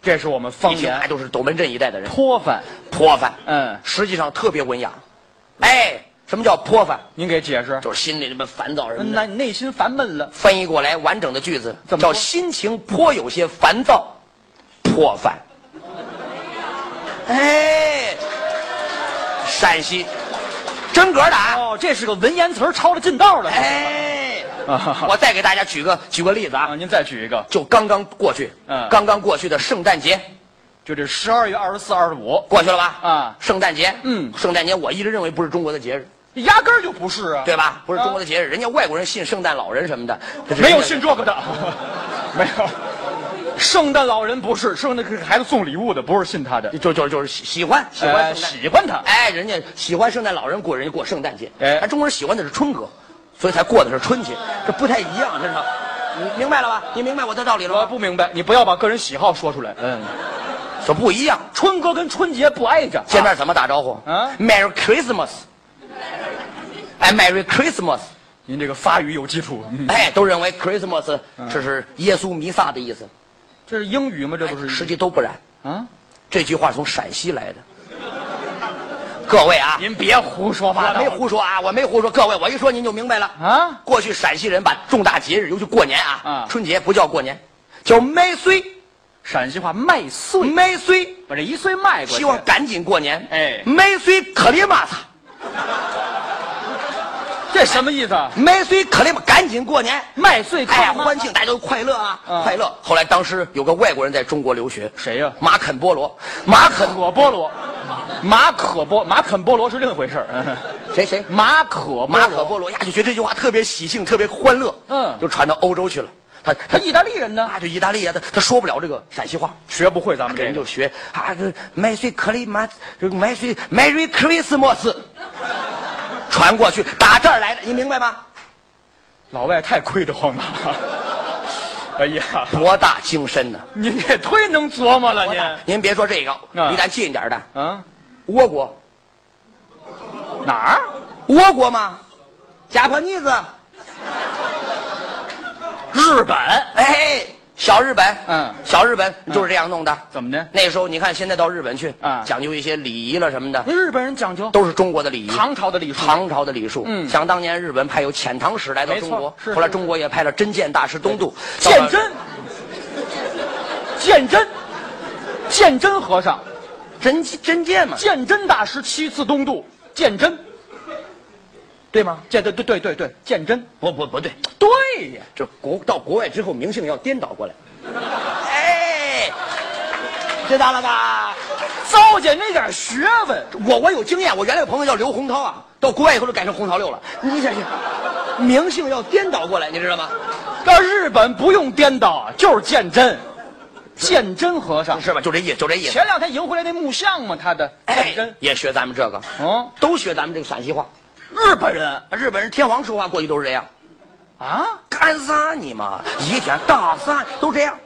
C: 这是我们方
B: 一听那
C: 言。
B: 都是斗门镇一带的人，
C: 泼饭，
B: 泼饭，
C: 嗯
B: 实际上特别文雅。哎，什么叫泼饭？
C: 您给解释。
B: 就是心里这么烦躁什么的。
C: 那内心烦闷了，
B: 翻译过来完整的句子
C: 怎么
B: 叫
C: 说
B: 心情颇有些烦躁，破饭。哎，陕西，真格的啊！
C: 哦，这是个文言词儿抄的近道了。
B: 哎
C: 啊，
B: 我再给大家举个举个例子
C: 啊，
B: 啊，
C: 您再举一个，
B: 就刚刚过去，
C: 嗯
B: 刚刚过去的圣诞节
C: 就这十二月二十四、二十五，
B: 过去了吧？
C: 啊
B: 圣诞节，
C: 嗯
B: 圣诞节我一直认为不是中国的节日，
C: 压根儿就不是啊，
B: 对吧？不是
C: 啊
B: 中国的节日，人家外国人信圣诞老人什么的，这是
C: 没有
B: 人家
C: 信这个的， 没有。圣诞老人不是，圣诞给孩子送礼物的，不是信他的，
B: 就就就是喜喜欢喜欢
C: 哎
B: 圣诞
C: 喜欢他。
B: 哎，人家喜欢圣诞老人过，人家过圣诞节。
C: 哎
B: 咱中国人喜欢的是春哥，所以才过的是春节，这不太一样，真是。你明白了吧？你明白我的道理了
C: 我
B: 吗？
C: 不明白，你不要把个人喜好说出来。嗯，
B: 这不一样。
C: 春哥跟春节不挨着，
B: 见面怎么打招呼？
C: 啊
B: 嗯，Merry Christmas。哎，Merry Christmas。
C: 您这个法语有基础。嗯，
B: 哎，都认为 Christmas 这是耶稣弥撒的意思，
C: 这是英语吗？这不
B: 实
C: 是
B: 际都不然。
C: 啊？
B: 这句话从陕西来的。各位啊，
C: 您别胡说八
B: 我
C: 道，
B: 没胡说啊，我没胡说。各位，我一说您就明白了
C: 啊
B: 过去陕西人把重大节日，尤其过年啊，
C: 啊
B: 春节不叫过年，叫麦穗，
C: 陕西话麦穗，
B: 麦穗，
C: 把这一穗卖过去。
B: 希望赶紧过年。
C: 哎
B: 麦穗克里马萨，
C: 这什么意思？啊？
B: 麦穗克里马，赶紧过年。
C: 麦穗
B: 哎呀，
C: 靠妈
B: 欢庆，大家都快乐啊，
C: 啊
B: 快乐。后来当时有个外国人在中国留学，
C: 谁呀
B: 马肯波罗，马肯
C: 可波罗，马可波马肯波罗是另一回事儿。
B: 谁谁
C: 马可
B: 马
C: 马
B: 可
C: 可，
B: 波罗呀，就觉得这句话特别喜庆，特别欢乐，
C: 嗯
B: 就传到欧洲去了。他
C: 他
B: 他
C: 意大利人呢？
B: 啊，就意大利啊，他他说不了这个陕西话。
C: 学不会咱们
B: 给
C: 这
B: 人
C: 个
B: 就。学啊，这 Merry Christmas，这 Merry Merry Christmas，传过去打这儿来的，你明白吗？
C: 老外太亏得慌了。 哎呀，
B: 博大精深呢、
C: 您这忒能琢磨了，您。
B: 您别说这个，
C: 嗯
B: 离咱近一点的，
C: 啊，
B: 倭国，
C: 哪儿？
B: 倭国嘛，假破妮子，
C: 日本。
B: 哎，小日本，
C: 嗯
B: 小日本就是这样弄的。
C: 怎么的？
B: 那时候你看，现在到日本去，
C: 嗯
B: 讲究一些礼仪了什么的，
C: 那日本人讲究
B: 都是中国的礼仪。
C: 唐朝的礼数。
B: 唐朝的礼数，
C: 嗯
B: 想当年日本派有遣唐使来到
C: 没
B: 中
C: 错
B: 国，
C: 是
B: 后来
C: 是
B: 中国也派了真剑大师东渡，
C: 鉴真，鉴真，鉴真和尚，
B: 真真剑嘛，
C: 鉴真大师七次东渡，鉴真
B: 对吗？
C: 鉴对对对对对，鉴真
B: 不不不对，
C: 对呀，
B: 这国到国外之后，名姓要颠倒过来。 哎，知道了吧？
C: 糟践那点学问，
B: 我我有经验，我原来有朋友叫刘洪涛啊，到国外以后就改成洪桃六了。你想想，名姓要颠倒过来，你知道吗？
C: 到日本不用颠倒，就是鉴真，鉴真和尚。
B: 是吧？就这意思，就这意思。哎
C: 前两天迎回来那木像嘛，他的鉴真，
B: 也学咱们这个，
C: 嗯，
B: 都学咱们这个陕西话。
C: 日本人
B: 日本人天皇说话过去都是这样，
C: 啊，
B: 干啥你妈？一天大三都这样。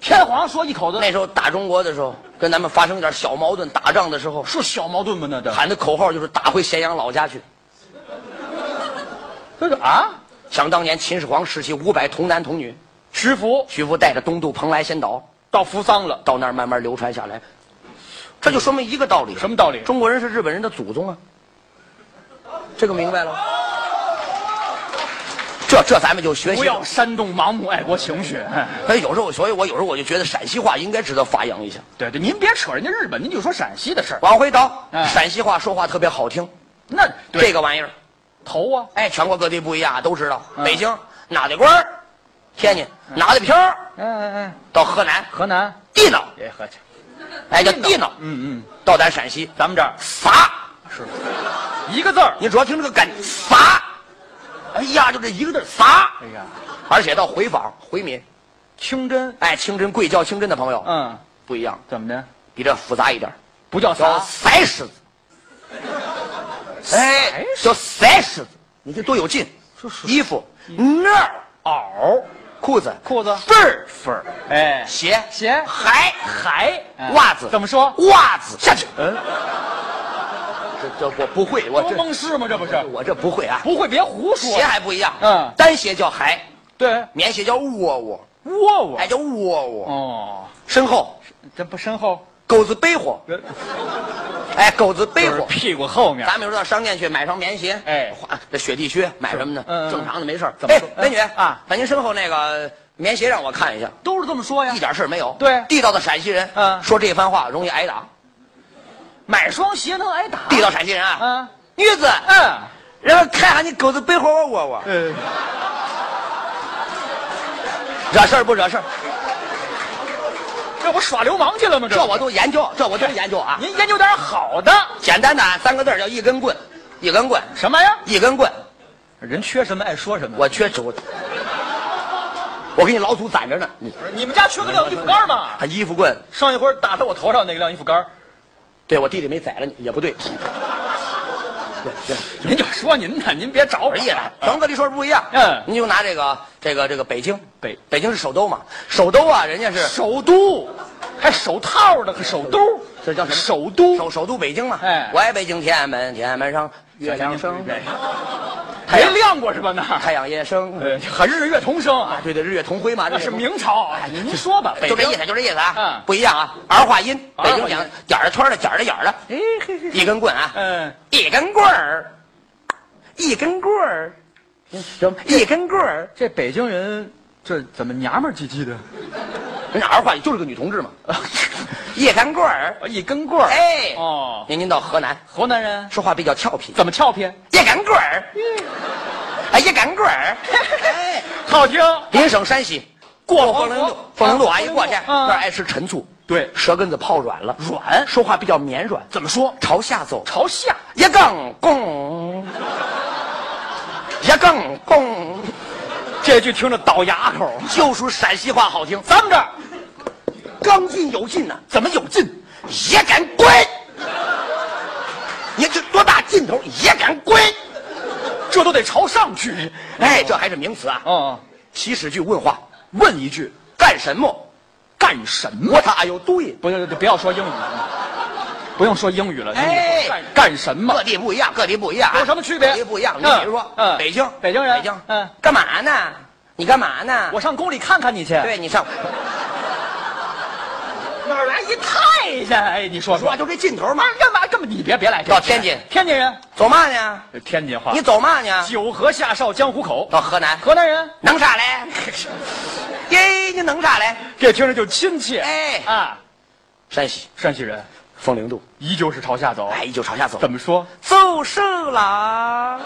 C: 天皇说一口子
B: 那时候打中国的时候，跟咱们发生点小矛盾，打仗的时候
C: 是小矛盾吗？那这
B: 喊的口号就是打回咸阳老家去。
C: 这是啊，
B: 想当年秦始皇时期，五百童男童女，
C: 徐福
B: 徐福带着东渡蓬莱仙岛
C: 到扶桑了，
B: 到那儿慢慢流传下来，这就说明一个道理：
C: 什么道理？
B: 中国人是日本人的祖宗啊。这个明白了吗？这这咱们就学习
C: 不要煽动盲目爱国情绪。
B: 哎，有时候，所以我有时候我就觉得陕西话应该值得发扬一下。
C: 对对，您别扯人家日本，您就说陕西的事儿。
B: 往回倒，
C: 哎
B: 陕西话说话特别好听，
C: 那
B: 这
C: 对
B: 个玩意儿，
C: 头啊，
B: 哎，全国各地不一样，都知道。
C: 嗯
B: 北京脑袋瓜儿，天津脑袋飘儿，
C: 哎哎哎，
B: 到河南
C: 河南
B: 地脑，
C: 也喝去。
B: 哎叫地脑，
C: 嗯嗯，
B: 到咱陕西
C: 咱们这儿
B: 撒，
C: 是一个字儿。
B: 你主要听这个感觉撒，哎呀，就这一个字儿撒，
C: 哎呀，
B: 而且到回访回民，
C: 清真，
B: 哎，清真贵教清真的朋友，
C: 嗯，
B: 不一样，
C: 怎么的？
B: 比这复杂一点儿。
C: 不叫
B: 叫
C: 撒，
B: 塞狮子，哎，叫塞狮子，你这多有劲！衣服那儿
C: 袄，
B: 裤子
C: 裤子
B: 份儿
C: 粉儿，哎，
B: 鞋
C: 鞋
B: 还
C: 海哎
B: 袜子
C: 怎么说？
B: 袜子下去。
C: 嗯，
B: 这这我不会，我
C: 多蒙氏吗？这不是
B: 这？我这不会啊。
C: 不会别胡说。
B: 鞋还不一样，
C: 嗯
B: 单鞋叫还，
C: 对，
B: 棉鞋叫窝窝，
C: 窝窝
B: 哎。叫窝窝。
C: 哦，
B: 身后
C: 这不身后，
B: 狗子背火，哎，狗子背火。
C: 呃屁股后面
B: 咱们有时候到商店去买双棉鞋，
C: 哎
B: 花这雪地靴买什么呢？
C: 嗯嗯
B: 正常的没事儿。
C: 怎么说
B: 哎，美女
C: 嗯啊，
B: 把您身后那个棉鞋让我看一下，
C: 都是这么说呀
B: 一。点事儿没有。
C: 对
B: 地道的陕西人，
C: 嗯啊
B: 说这番话容易挨打。
C: 买双鞋能挨打？
B: 地道陕西人啊，
C: 啊，
B: 女子，
C: 嗯，
B: 然后看下你狗子背后窝窝窝，
C: 呃，嗯
B: 惹事儿不惹事儿？
C: 这不耍流氓去了吗？
B: 这我都研究，这我都研究啊。
C: 您研究点好的，
B: 简单的啊三个字儿叫一根棍，一根棍，
C: 什么呀？
B: 一根棍。
C: 人缺什么爱说什么。
B: 我缺我，我给你老祖攒着呢。你
C: 你们家缺个晾衣服杆吗？
B: 啊，衣服棍，
C: 上一回打在我头上那个晾衣服杆，
B: 对我弟弟没宰了你也不对。
C: 您就说您的，您别找我哎
B: 而已了，咱们哎跟你说是不一样。
C: 嗯
B: 你就拿这个这个这个北京，
C: 北
B: 北京是首都嘛，首都啊，人家是
C: 首都，还手套呢，还手兜，
B: 这叫什么
C: 首都？
B: 首首都北京嘛。
C: 哎
B: 我爱北京天安门，天安门上月亮升，太
C: 没
B: 阳
C: 亮过是吧？那儿
B: 太阳也升。
C: 呃，还日月同声啊
B: 啊，，对对，日月同辉嘛，
C: 那
B: 这
C: 是明朝。啊您您说吧，北
B: 就这
C: 京
B: 意思，就这意思啊，
C: 嗯
B: 不一样啊，儿化音，
C: 儿
B: 北
C: 化音
B: 京讲点儿的圈儿的，点儿的眼儿的，
C: 哎嘿嘿，
B: 一根棍啊，
C: 嗯，
B: 一根棍儿，一根棍儿，
C: 行，
B: 一根棍儿，
C: 这北京人这怎么娘们儿唧唧的？
B: 人家儿化音就是个女同志 嘛，一根棍儿，
C: 哦一根棍儿，
B: 哎，
C: 哦，
B: 您您到河南
C: 河南人
B: 说话比较俏皮，
C: 怎么俏皮？
B: 一根棍儿，哎，一根棍儿，哎，
C: 好听，
B: 邻省山西，
C: 过
B: 凤
C: 风
B: 陵路，凤陵路啊，一过去那儿
C: 嗯，
B: 爱吃陈醋，
C: 对
B: 舌根子泡软了，
C: 软
B: 说话比较绵软，
C: 怎么说？
B: 朝下走，
C: 朝下，
B: 一根棍，一根棍，
C: 这句听着倒牙口。
B: 就属陕西话好听，
C: 咱们这儿
B: 刚劲有劲呐，
C: 怎么有劲？
B: 一根棍，你这多大劲头，一根棍，
C: 这都得朝上去。
B: 哎，这还是名词啊，
C: 哦，
B: 起始句问话，
C: 问一句，
B: 干什么？
C: 干什么？
B: What are you doing？
C: 不要不要说英语，不用说英语了。
B: 哎
C: 英语干干什么
B: 各？地不一样，各地不一样啊，
C: 有什么区别
B: 各地不一样。你
C: 嗯
B: 比如说，
C: 嗯
B: 北京，
C: 北京人
B: 北京，
C: 嗯，
B: 干嘛呢？你干嘛呢？
C: 我上宫里看看你去。
B: 对你上，
C: 哪来一太监？哎，你说
B: 说
C: 说
B: 话，就这劲头嘛。
C: 妈干嘛根本你别别来这。
B: 到天津
C: 天津人，
B: 走嘛呢？
C: 天津话
B: 你走嘛呢？
C: 九河下梢江湖口，
B: 到河南，
C: 河南人，
B: 弄 啥嘞？耶，你弄啥嘞？
C: 这听着就亲切。
B: 哎
C: 啊，
B: 山西
C: 山西人
B: 风陵路，
C: 哎
B: 哎
C: 依旧是朝下走，
B: 哎，就朝下走。
C: 怎么说？
B: 走瘦啦？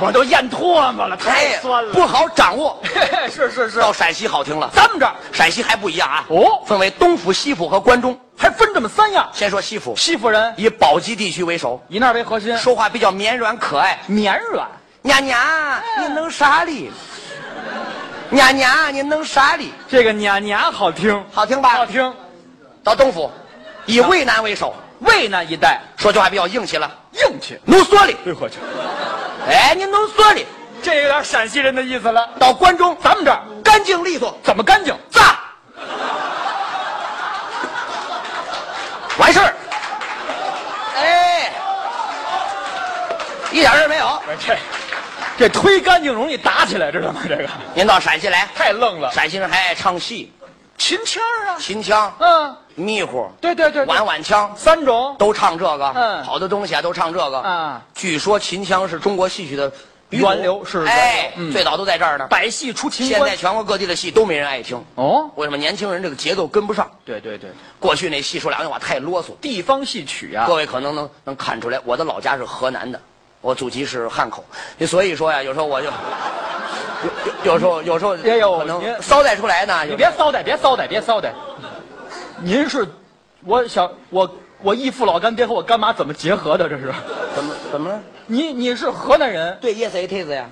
C: 我都咽唾沫了，太酸了。
B: 哎不好掌握。
C: 不，哎 是是是，
B: 到陕西好听了，
C: 咱们这儿
B: 陕西还不一样啊。
C: 哦
B: 分为东府、西府和关中。
C: 还分这么三样：
B: 先说西府，
C: 西夫人
B: 以宝鸡地区为首，
C: 以那儿为核心，
B: 说话比较绵软可爱。
C: 绵软，
B: 娘娘，你弄啥哩？娘娘，你弄啥哩？
C: 这个娘娘好听，
B: 好听吧？
C: 好。听。
B: 到东府，以渭南为首，
C: 渭南一带
B: 说句话比较硬气了。
C: 硬气。
B: 弄嗦哩，
C: 哎我去，
B: 哎，你弄嗦哩。
C: 这有点陕西人的意思了。
B: 到关中，
C: 咱们这儿
B: 干净利索，
C: 怎么干净？
B: 赞。完事儿。哎，一点事儿没有。
C: 哎这这推干净容易打起来，知道吗？这个
B: 您到陕西来，
C: 太愣了。
B: 陕西人还爱唱戏，
C: 秦腔儿啊，
B: 秦腔、
C: 嗯，
B: 迷糊、
C: 对对对，对
B: 碗碗腔
C: 三种
B: 都唱这个。
C: 嗯
B: 好多东西啊都唱这个。
C: 啊，
B: 据说秦腔是中国戏曲的鼻祖
C: 源流是
B: 哎
C: 源流，嗯
B: 最早都在这儿呢。
C: 百戏出秦
B: 现
C: 关
B: 在。全国各地的戏都没人爱听，
C: 哦，
B: 为什么？年轻人这个节奏跟不上。
C: 对对对，
B: 过去那戏说良心话太啰嗦，
C: 地方戏曲啊
B: 各，位可能能能看出来，我的老家是河南的，我祖籍是汉口，所以说呀，有时候我就。有有有时候有时候
C: 哎呦
B: 可
C: 您
B: 能捎带出来呢，有
C: 你别骚带，别骚带，别骚带。您是，我想我我义父老干爹和我干妈怎么结合的？这是，
B: 怎么怎么了？
C: 你你是河南人，
B: 对，yes it is 呀。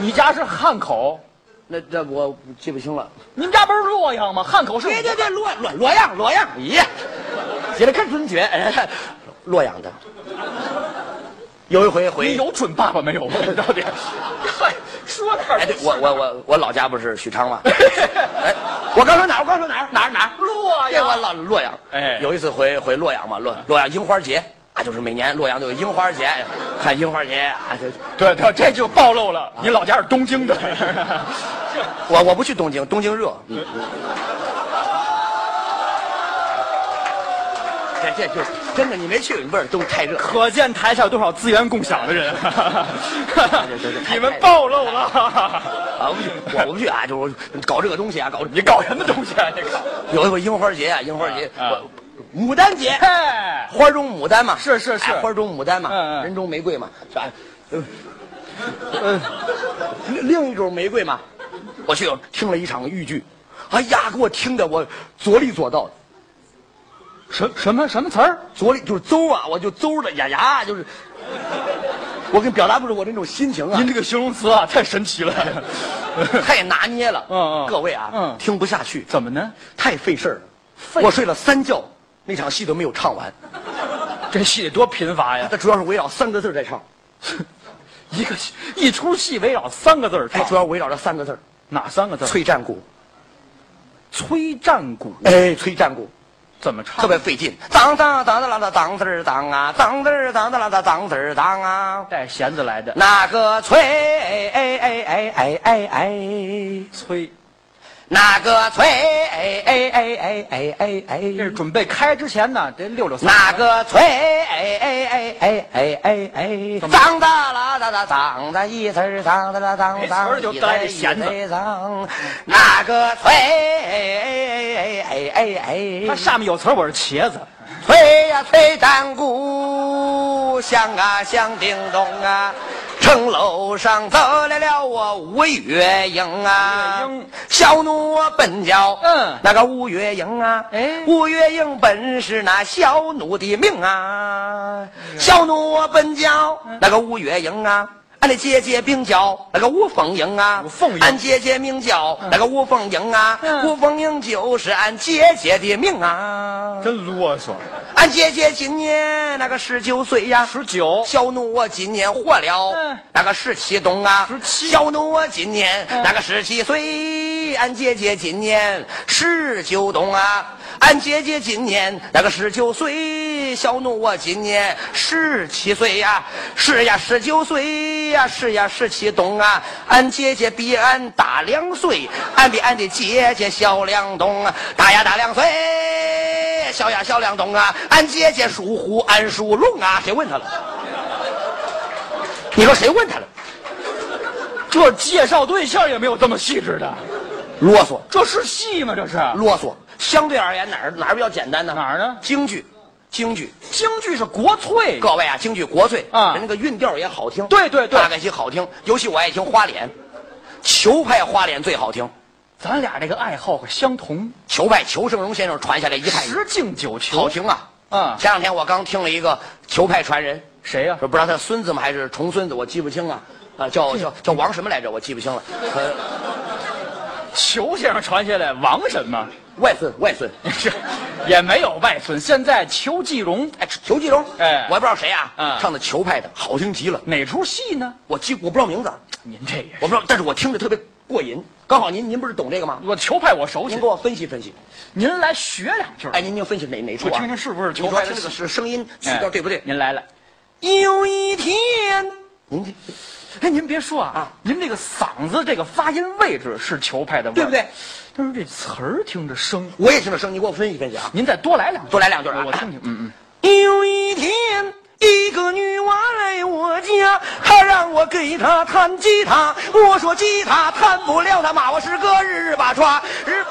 C: 你家是汉口，
B: 那那我记不清了。
C: 你们家不是洛阳吗？汉口是
B: 对对对，洛洛洛阳洛阳，咦，写的看春节，哎洛阳的。有一回回
C: 你有准爸爸没有？你到底，嗨，说哪儿？
B: 哎，对 我我我我老家不是许昌吗？哎，我刚说哪儿？我刚说哪儿？哪儿哪儿？
C: 洛
B: 这我
C: 阳，
B: 老洛阳。
C: 哎
B: 有一次回回洛阳嘛，洛洛阳樱花节啊，就是每年洛阳都有樱花节，看樱花节啊。就
C: 对对，这就暴露了，你老家是东 京的。
B: 我我不去东京，东京热。嗯这这就是真的，你没去，不是东太热。
C: 可见台下有多少资源共享的人，你们暴露了。
B: 啊，我不去，我我不去啊！就是我搞这个东西啊，搞
C: 你搞什么东西啊？你搞？
B: 有一个樱花节啊，樱花节，
C: 啊啊
B: 我牡丹节，
C: 哎，
B: 花中牡丹嘛，
C: 是是是
B: 哎花中牡丹嘛，
C: 嗯嗯
B: 人中玫瑰嘛，是吧？呃另另一种玫瑰嘛，我去听了一场豫剧，哎呀，给我听的我左里左道，
C: 什什么什么词儿？
B: 左里就是邹啊，我就邹的呀呀，就是，我跟表达不出我那种心情啊
C: 您，这个形容词啊，太神奇了。
B: 太拿捏了，
C: 嗯嗯
B: 各位啊，
C: 嗯
B: 听不下去，
C: 怎么呢？
B: 太费事儿了，我睡了三觉，那场戏都没有唱完，
C: 这戏得多贫乏呀！
B: 它主要是围绕三个字儿在唱，
C: 一个戏一出戏围绕三个字儿
B: 哎，
C: 唱
B: 主，要围绕着三个字儿，
C: 哪三个字儿？
B: 催战鼓。
C: 催战鼓
B: 哎，吹战鼓
C: 怎么唱？
B: 特别费劲，当当当当当当当当啊，当当当当当当当当啊，
C: 带弦子来的
B: 那个吹哎哎哎哎哎哎哎，
C: 催，
B: 那个吹哎哎哎哎哎哎
C: 这
B: 哎，
C: 是准备开之前呢，得溜溜嗓子。
B: 那个吹哎哎哎哎哎哎哎，当当啦当当当当一声当当当当
C: 哎
B: 当，当，那个吹哎哎哎哎哎
C: 它
B: 哎。
C: 下面有词儿，我是茄子。
B: 吹呀吹战鼓，响啊响叮咚啊，城楼上走来了我五月英啊，
C: 五月英
B: 小奴我本叫
C: 嗯
B: 那个五月英啊，
C: 哎
B: 五月英本是那小奴的命啊，
C: 哎
B: 小奴我本叫
C: 嗯
B: 那个五月英啊。俺的姐姐名叫那个吴凤英啊，
C: 吴凤英
B: 俺姐姐名叫那个吴凤英啊，
C: 嗯
B: 吴凤英就是俺姐姐的命啊。
C: 真啰嗦。
B: 俺姐姐今年那个十九岁呀，
C: 十九，
B: 小奴我今年活了、
C: 嗯
B: 那个十七冬啊，
C: 17
B: 小奴我今年、
C: 嗯
B: 那个十七岁，俺姐姐今年十九冬啊，俺姐姐今年那个十九岁，小奴我今年十七岁呀、是呀十九岁呀、是呀十七冬啊，俺姐姐比俺大两岁，俺比俺的姐姐小两冬啊，大呀大两岁。小呀小两冬啊，俺姐姐属虎，俺属龙啊，谁问他了？你说谁问他了？
C: 这介绍对象也没有这么细致的。
B: 啰嗦，
C: 这是戏吗？这是
B: 啰嗦。相对而言，哪儿哪儿比较简单呢？
C: 哪儿呢
B: 京剧，京剧。
C: 京剧是国粹，
B: 各位啊，京剧国粹
C: 啊
B: 人那个韵调也好听，
C: 对对对
B: 大概其好听，尤其我爱听花脸，裘派花脸最好听，
C: 咱俩这个爱好可相同，
B: 裘派裘盛戎先生传下来一派
C: 十敬九求。
B: 好听啊。
C: 啊
B: 前两天我刚听了一个裘派传人，
C: 谁呀、
B: 说不知道他孙子吗还是重孙子，我记不清了，啊，叫叫叫王什么来着，我记不清了，呃，
C: 裘先生传下来王什么？
B: 外孙外孙，
C: 这 也没有外孙。现在裘继荣
B: 哎，裘继荣，
C: 哎
B: 我也不知道谁啊，
C: 嗯
B: 唱的裘派的好听极了，
C: 哪出戏呢？
B: 我记我不知道名字，啊
C: 您这也是
B: 我不知道，但是我听着特别过瘾，刚好您您不是懂这个吗？
C: 我裘派我熟悉
B: 您给，我分析分析，
C: 您来学两句。
B: 哎，您您分析哪哪处
C: 我
B: 啊？
C: 听听是不是
B: 你
C: 裘
B: 说
C: 派
B: 这
C: 的
B: 个
C: 戏？
B: 是声音曲
C: 哎
B: 调对不对？
C: 您来了，
B: 有一天，您
C: 哎，您别说啊，
B: 啊
C: 您这个嗓子这个发音位置是裘派的味儿，
B: 对不对？
C: 但是这词儿听着生，
B: 我也听着声，你给我分析分析啊。
C: 您再多来两句，
B: 多来两句啊
C: 我我听听。嗯嗯，
B: 有一天，一个女娃来我家，她让我给她弹吉他，我说吉他弹不了，她骂我是个日把抓日。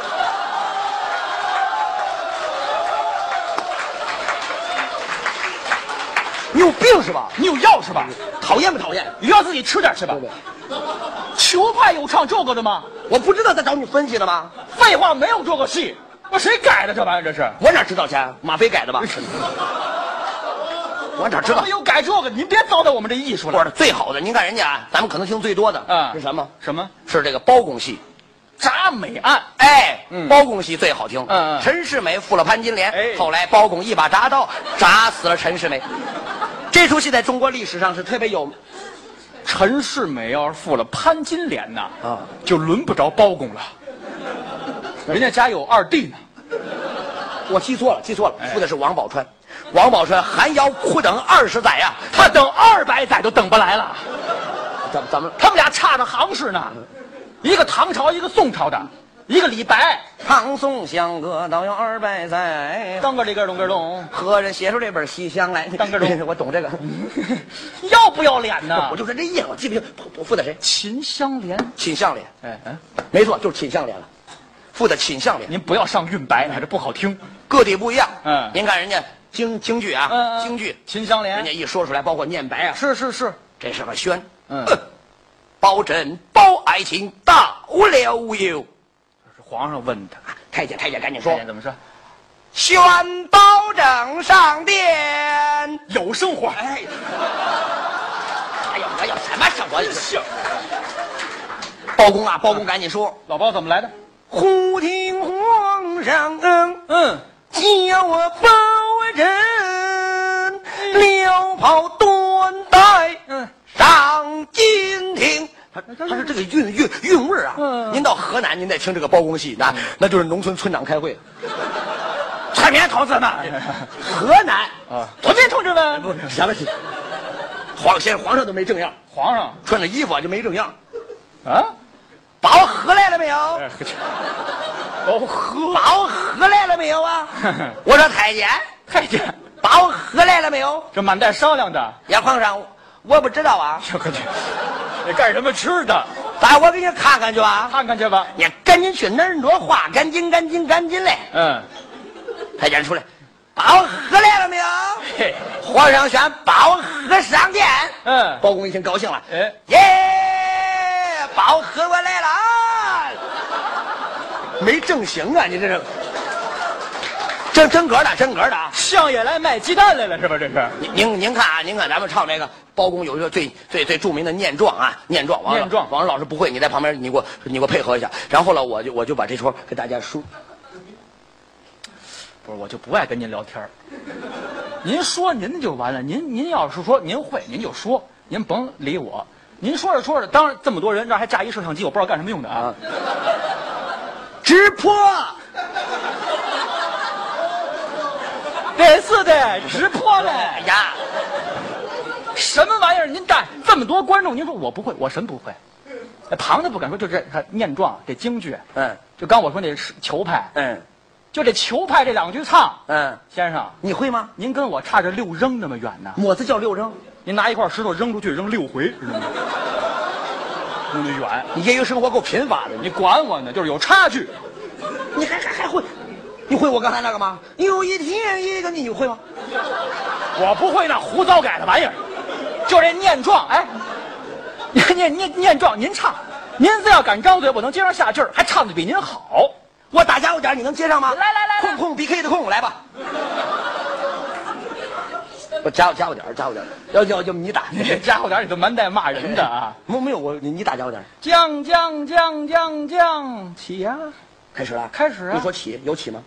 B: 你有病是吧？
C: 你有钥匙吧？
B: 讨厌不讨厌？
C: 你要自己吃点去吧
B: 对不。对
C: 裘派有唱这个的吗？
B: 我不知道在找你分析的吗？
C: 废话，没有这个戏，那谁改的这玩意儿？这是。
B: 我哪知道去？马飞 改的吧？我哪知道
C: 没？有改这个，您别糟蹋我们这艺术
B: 不
C: 了。
B: 是最好的，您看人家啊，咱们可能听最多的，
C: 嗯
B: 是什么？
C: 什么
B: 是这个包公戏。
C: 铡美案？
B: 哎，
C: 嗯
B: 包公戏最好听。
C: 嗯嗯
B: 陈世美负了潘金莲，
C: 哎
B: 后来包公一把铡刀铡死了陈世美。这出戏在中国历史上是特别有，
C: 陈世美要是负了潘金莲呐，
B: 啊
C: 就轮不着包公了。人家家有二弟呢，
B: 我记错了，记错了，
C: 哎
B: 负的是王宝钏。王宝钏寒窑苦等二十载呀、啊
C: 他等二百载都等不来了。嗯
B: 怎么怎么了？
C: 他们俩差着行市呢，一个唐朝，一个宋朝的，一个李白，
B: 唐宋相隔倒有二百载，
C: 当个里个咚个咚，
B: 何人写出这本《西厢》来？
C: 当个 中
B: 我懂这个，
C: 要不要脸呢
B: 我？就说这意思，我记不清，我负的谁？
C: 秦香莲，
B: 秦相莲。
C: 哎哎，
B: 没错，就是秦相莲了，负的秦相莲，
C: 您不要上韵白，这不好听。
B: 各地不一样。
C: 嗯
B: 您看人家京京剧啊，
C: 嗯嗯
B: 京剧，
C: 秦香
B: 人
C: 莲
B: 家，一说出来，包括念白啊，
C: 是是是，
B: 这是个宣。
C: 嗯
B: 呃，包拯包爱卿到了哟，
C: 是皇上问的。
B: 太监太监赶紧说
C: 太监，哎怎么说？
B: 宣包拯上殿。
C: 有生活。
B: 哎，哎呦，哎呦，什么 生活？包公啊，包公赶紧说，
C: 老包怎么来的？
B: 忽听皇上。嗯
C: 嗯，
B: 叫我包拯撩袍端带，
C: 嗯哎
B: 上金庭。他他是这个韵韵韵味儿啊！
C: 嗯
B: 您到河南，您再听这个包公戏，那那就是农村村长开 会，村民同志们， 河南
C: 啊，
B: 村民同志们，
C: 不
B: 什么戏？皇先皇上都没正样，
C: 皇上
B: 穿着衣服啊就没正样。
C: 啊，
B: 保河来了没有？
C: 哎 哦 呵，
B: 保河来了没有啊？我说太监，
C: 太监，
B: 保河来了没有？
C: 这满带商量的，
B: 杨皇上，我不知道啊，
C: 这 可去，得干什么吃的？
B: 咱我给你看看去吧。
C: 看看去吧。
B: 你赶紧去哪儿挪话，赶紧赶紧赶紧嘞！
C: 嗯，
B: 太监出来，包喝来了没有？
C: 嘿，
B: 皇上宣包喝上殿。
C: 嗯
B: 包公一听高兴了，
C: 哎
B: 耶，包喝我来了啊！没正形啊，你这是正正格的，正格的啊！
C: 相爷来卖鸡蛋来了是吧？这是
B: 您您您看啊，您看咱们唱这个包公有一个最最最著名的念状啊，念状，王老
C: 念状
B: 王老师不会，你在旁边你给我你给我配合一下，然后呢，我就我就把这出给大家说，
C: 不是？我就不爱跟您聊天儿您说您就完了。您您要是说您会，您就说，您甭理我。您说着说着，当然这么多人这儿还架一摄像机，我不知道干什么用的啊。
B: 直播啊
C: 对，是的，直播嘞
B: 哎。呀，
C: 什么玩意儿？您带这么多观众，您说我不会，我什么不会？哎旁的不敢说，就这他念状这京剧，
B: 嗯
C: 就刚我说那是球派，
B: 嗯
C: 就这球派这两句唱，
B: 嗯，
C: 先生，
B: 你会吗？
C: 您跟我差着六扔那么远呢，
B: 么子叫六扔？
C: 您拿一块石头扔出去扔六回，知道吗？那么远，
B: 你业余生活够贫乏的，你
C: 你管我呢？就是有差距，
B: 你还还还会你会我刚才那个吗？有一天一个你，你会吗？
C: 我不会那胡糟改的玩意儿，就这念状，哎，念念念状，您唱，您只要敢张嘴，我能接上下句儿，还唱的比您好。
B: 我打家伙点儿，你能接上吗？
C: 来来来来
B: 控控 BK 的控，来吧。 我加我加我点儿，加我点儿，要要要不你打，
C: 这家伙点儿你都蛮带骂人的啊！
B: 没没有我你你打加我点儿，
C: 降降降降降，起呀、
B: 开始了，
C: 开始啊
B: 你说起有起吗？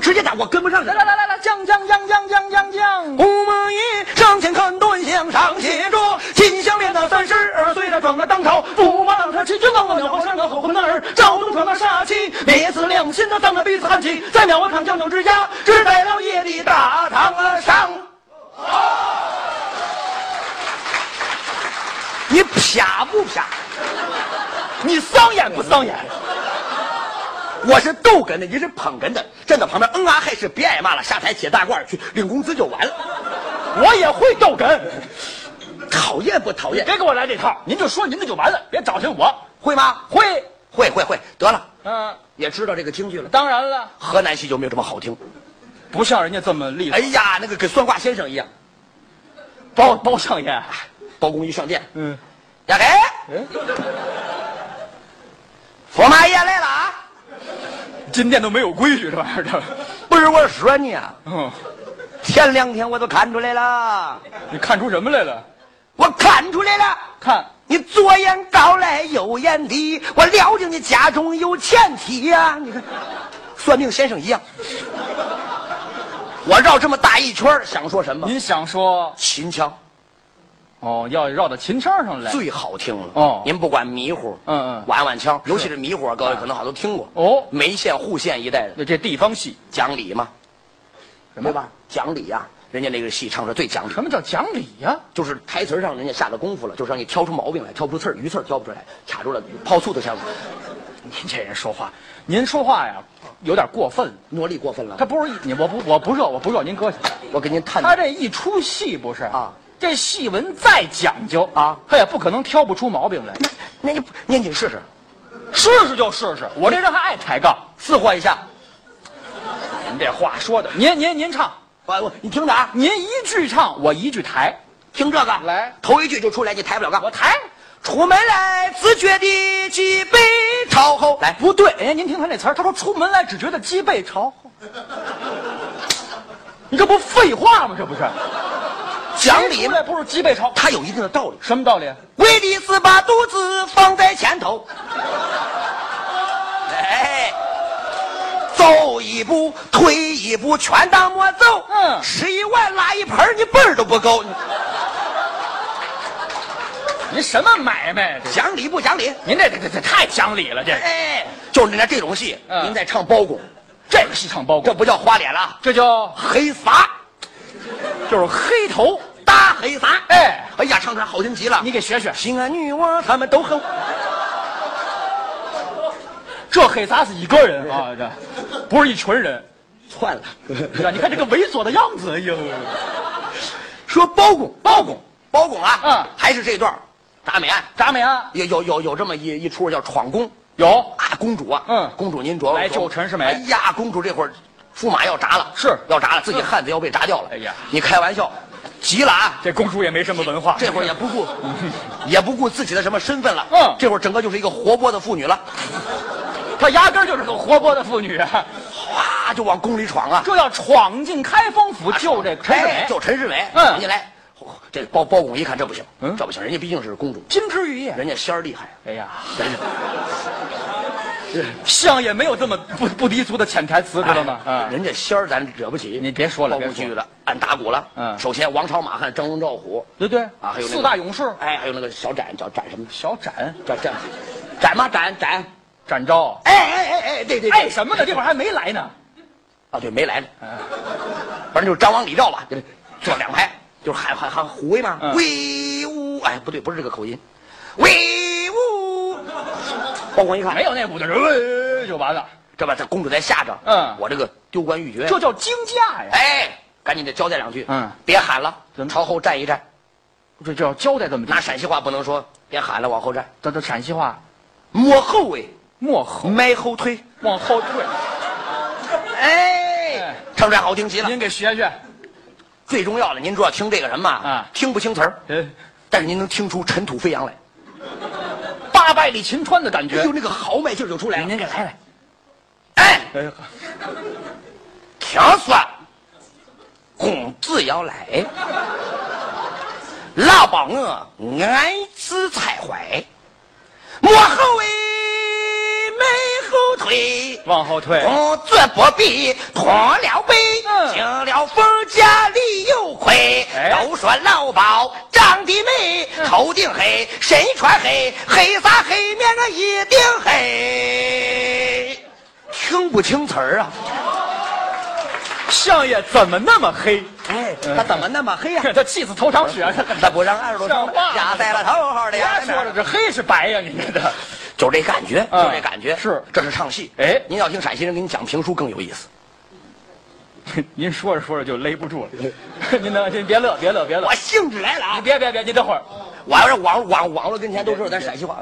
B: 直接打，我跟不上你
C: 来。来来来来，降降降降降降降。
B: 吴孟仪上前看盾，向上写着金项链的三十二岁的撞了当朝，驸马郎他七军当了鸟，山了吼魂的儿，赵东闯了杀气，灭死良心的当了鼻子寒气，在庙我堂将鸟之家，只在了夜里大堂啊上。你啪不啪？
C: 你桑眼不桑眼？
B: 我是逗哏的，你是捧哏的，站到旁边嗯啊嘿是别挨骂了，下台写大褂去领工资就完了。
C: 我也会逗哏，
B: 讨厌不讨厌？
C: 别给我来这套，您就说您的就完了，别找寻我。
B: 会吗？
C: 会，
B: 会会会，得了，
C: 嗯、
B: 也知道这个京剧了。
C: 当然了，
B: 河南戏就没有这么好听。
C: 不像人家这么厉害。
B: 哎呀，那个跟算卦先生一样，
C: 包包相爷，
B: 包公一上殿，
C: 嗯，
B: 呀嘿，驸马爷来了啊！
C: 进店都没有规矩这玩意儿的。
B: 不是我说你啊，
C: 嗯，
B: 前两天我都看出来了，
C: 你看出什么来了？
B: 我看出来了，
C: 看，
B: 你左眼高来右眼低，我了解你家中有前妻呀、你看，算命先生一样。我绕这么大一圈儿想说什么？
C: 您想说
B: 秦腔
C: 哦，要绕到秦腔上来。
B: 最好听了。
C: 哦
B: 您不管迷糊，
C: 嗯嗯
B: 碗碗腔，尤其是迷糊，啊各位可能好多听过。
C: 哦
B: 眉县、户县一带的
C: 那这地方戏，
B: 讲理嘛，
C: 什么
B: 对吧？讲理呀、人家那个戏唱是最讲理
C: 什，么叫讲理呀、
B: 就是台词上人家下的功夫了，就是让你挑出毛病来，挑不出刺儿，鱼刺儿挑不出来，卡住了泡醋都想
C: 您这人说话，您说话呀，有点过分了。
B: 挪力过分了
C: 他。不是一你，我不我不热，我不热，您搁下。
B: 我给您探
C: 他这一出戏不是
B: 啊，
C: 这戏文再讲究
B: 啊
C: 他也不可能挑不出毛病来。
B: 那你念紧试试，
C: 试试就试试，我这人还爱抬杠。
B: 四换一下。
C: 您这话说的，您您您唱，
B: 我我你听着啊，
C: 您一句唱，我一句抬，
B: 听这个
C: 来
B: 头一句就出来，你抬不了杠。
C: 我抬。
B: 出门来，自觉地脊背朝后。来，
C: 不对，人哎家您听他那词儿，他说出门来只觉得脊背朝后，你这不废话吗？这不是
B: 讲理
C: 谁出
B: 嘛
C: 来，不是脊背朝，
B: 它有一定的道理。
C: 什么道理？
B: 威利斯把肚子放在前 头，哎，走一步退一步，全当没走。
C: 嗯
B: 十一万拉一盆儿，你本儿都不够。你
C: 您什么买卖？这
B: 讲理不讲理？
C: 您这这这这太讲理了，这个
B: 哎，就是人家这种戏，
C: 嗯
B: 您再唱包公，
C: 这个戏唱包
B: 这
C: 公，
B: 不叫花脸了，
C: 这叫
B: 黑撒，
C: 就是黑头，
B: 大黑撒。
C: 哎，
B: 哎呀，唱出来好听极了。
C: 你给学学，
B: 心爱女王他们都很，
C: 这黑撒是一个人啊，这不是一群人。
B: 窜了。
C: 是吧你看这个猥琐的样子，哎呦，
B: 说包公，包公，包公啊，
C: 嗯
B: 还是这段儿铡美案，
C: 铡美啊，
B: 有有有有这么一一出叫闯宫。
C: 有
B: 啊，公主啊，
C: 嗯
B: 公主您琢磨
C: 来
B: 琢
C: 救
B: 磨
C: 陈世美
B: 哎呀，公主这会儿驸马要炸了，
C: 是嗯
B: 要炸了，自己汉子要被炸掉了。
C: 哎呀
B: 你开玩笑，急了啊！
C: 这公主也没什么文化，
B: 这会儿也不 顾，也不顾自己的什么身份了。
C: 嗯
B: 这会儿整个就是一个活泼的妇女了，
C: 她压根儿就是个活泼的妇女啊。
B: 哗就往宫里闯啊！
C: 这要闯进开封府救这啊陈
B: 哎
C: 世美，
B: 救陈世美。
C: 嗯
B: 人家来，哦这包包公一看这不行，
C: 嗯
B: 这不行，人家毕竟是公主，
C: 金枝玉叶。
B: 人家仙儿厉害，啊
C: 哎呀，
B: 人家
C: 相爷没有这么不不低俗的潜台词，知 道吗？
B: 哎
C: 啊，
B: 人家仙儿咱惹不起。
C: 你别说了
B: 包公
C: 别说
B: 去了，按打鼓了。
C: 嗯
B: 首先王朝马汉、张龙赵虎，
C: 对对
B: 啊还有那个
C: 四大勇士，
B: 哎，还有那个小展叫展什么？
C: 小展
B: 展展展吗？展展。
C: 展昭，
B: 哎哎哎哎，对对对，
C: 哎什么呢？这会儿还没来呢。
B: 啊对，没来呢。反正就是张王李赵吧，就是坐两排，就是喊喊喊虎威嘛
C: 嗯，
B: 威武！哎，不对，不是这个口音，威武！包公一看
C: 没，有那股子人，就完了。
B: 这把这公主在下着，
C: 嗯
B: 我这个丢官鬻爵，
C: 这叫惊驾呀！
B: 哎，赶紧得交代两句，
C: 嗯
B: 别喊了
C: 怎，么
B: 朝后站一站，
C: 这这要交代这么
B: 拿陕西话不能说，别喊了，往后站，
C: 这这陕西话，
B: 摸后尾，
C: 莫后
B: 迈后腿，
C: 往后退，
B: 哎，唱出来好听极了。
C: 您给学学。
B: 最重要的，您主要听这个什么
C: 啊
B: 听不清词儿，
C: 嗯，
B: 但是您能听出尘土飞扬来，
C: 八拜里秦川的感觉
B: 就。那个豪迈劲儿就出来了。
C: 哎您给来来。
B: 哎，
C: 哎，
B: 听说公子要来，老把我暗自拆怀，莫后畏，迈后退。
C: 往后退。
B: 公子不必驼了背，
C: 嗯
B: 进了风家里有亏。
C: 哎
B: 都说老鸨长得美，头顶黑，身穿黑，黑啥黑面我一定黑。听不清词儿啊！
C: 相爷怎么那么黑？
B: 哎，他怎么那么 黑呀、
C: 他气死头场雪。
B: 他不让二十多
C: 像
B: 张
C: 话吗
B: 压在了头好的压
C: 别
B: 在
C: 说
B: 那
C: 了，
B: 儿，
C: 这黑是白呀，你这 的。
B: 就这感觉，
C: 嗯
B: 就这感觉，
C: 是
B: 这是唱戏。
C: 哎
B: 您要听陕西人给你讲评书更有意思。
C: 您说着说着就勒不住了。 您能，您别乐，别乐，别乐
B: 我。兴致来了
C: 你
B: 啊！
C: 别别别，您等会儿。
B: 我要是网网网络跟前都知道咱陕西话。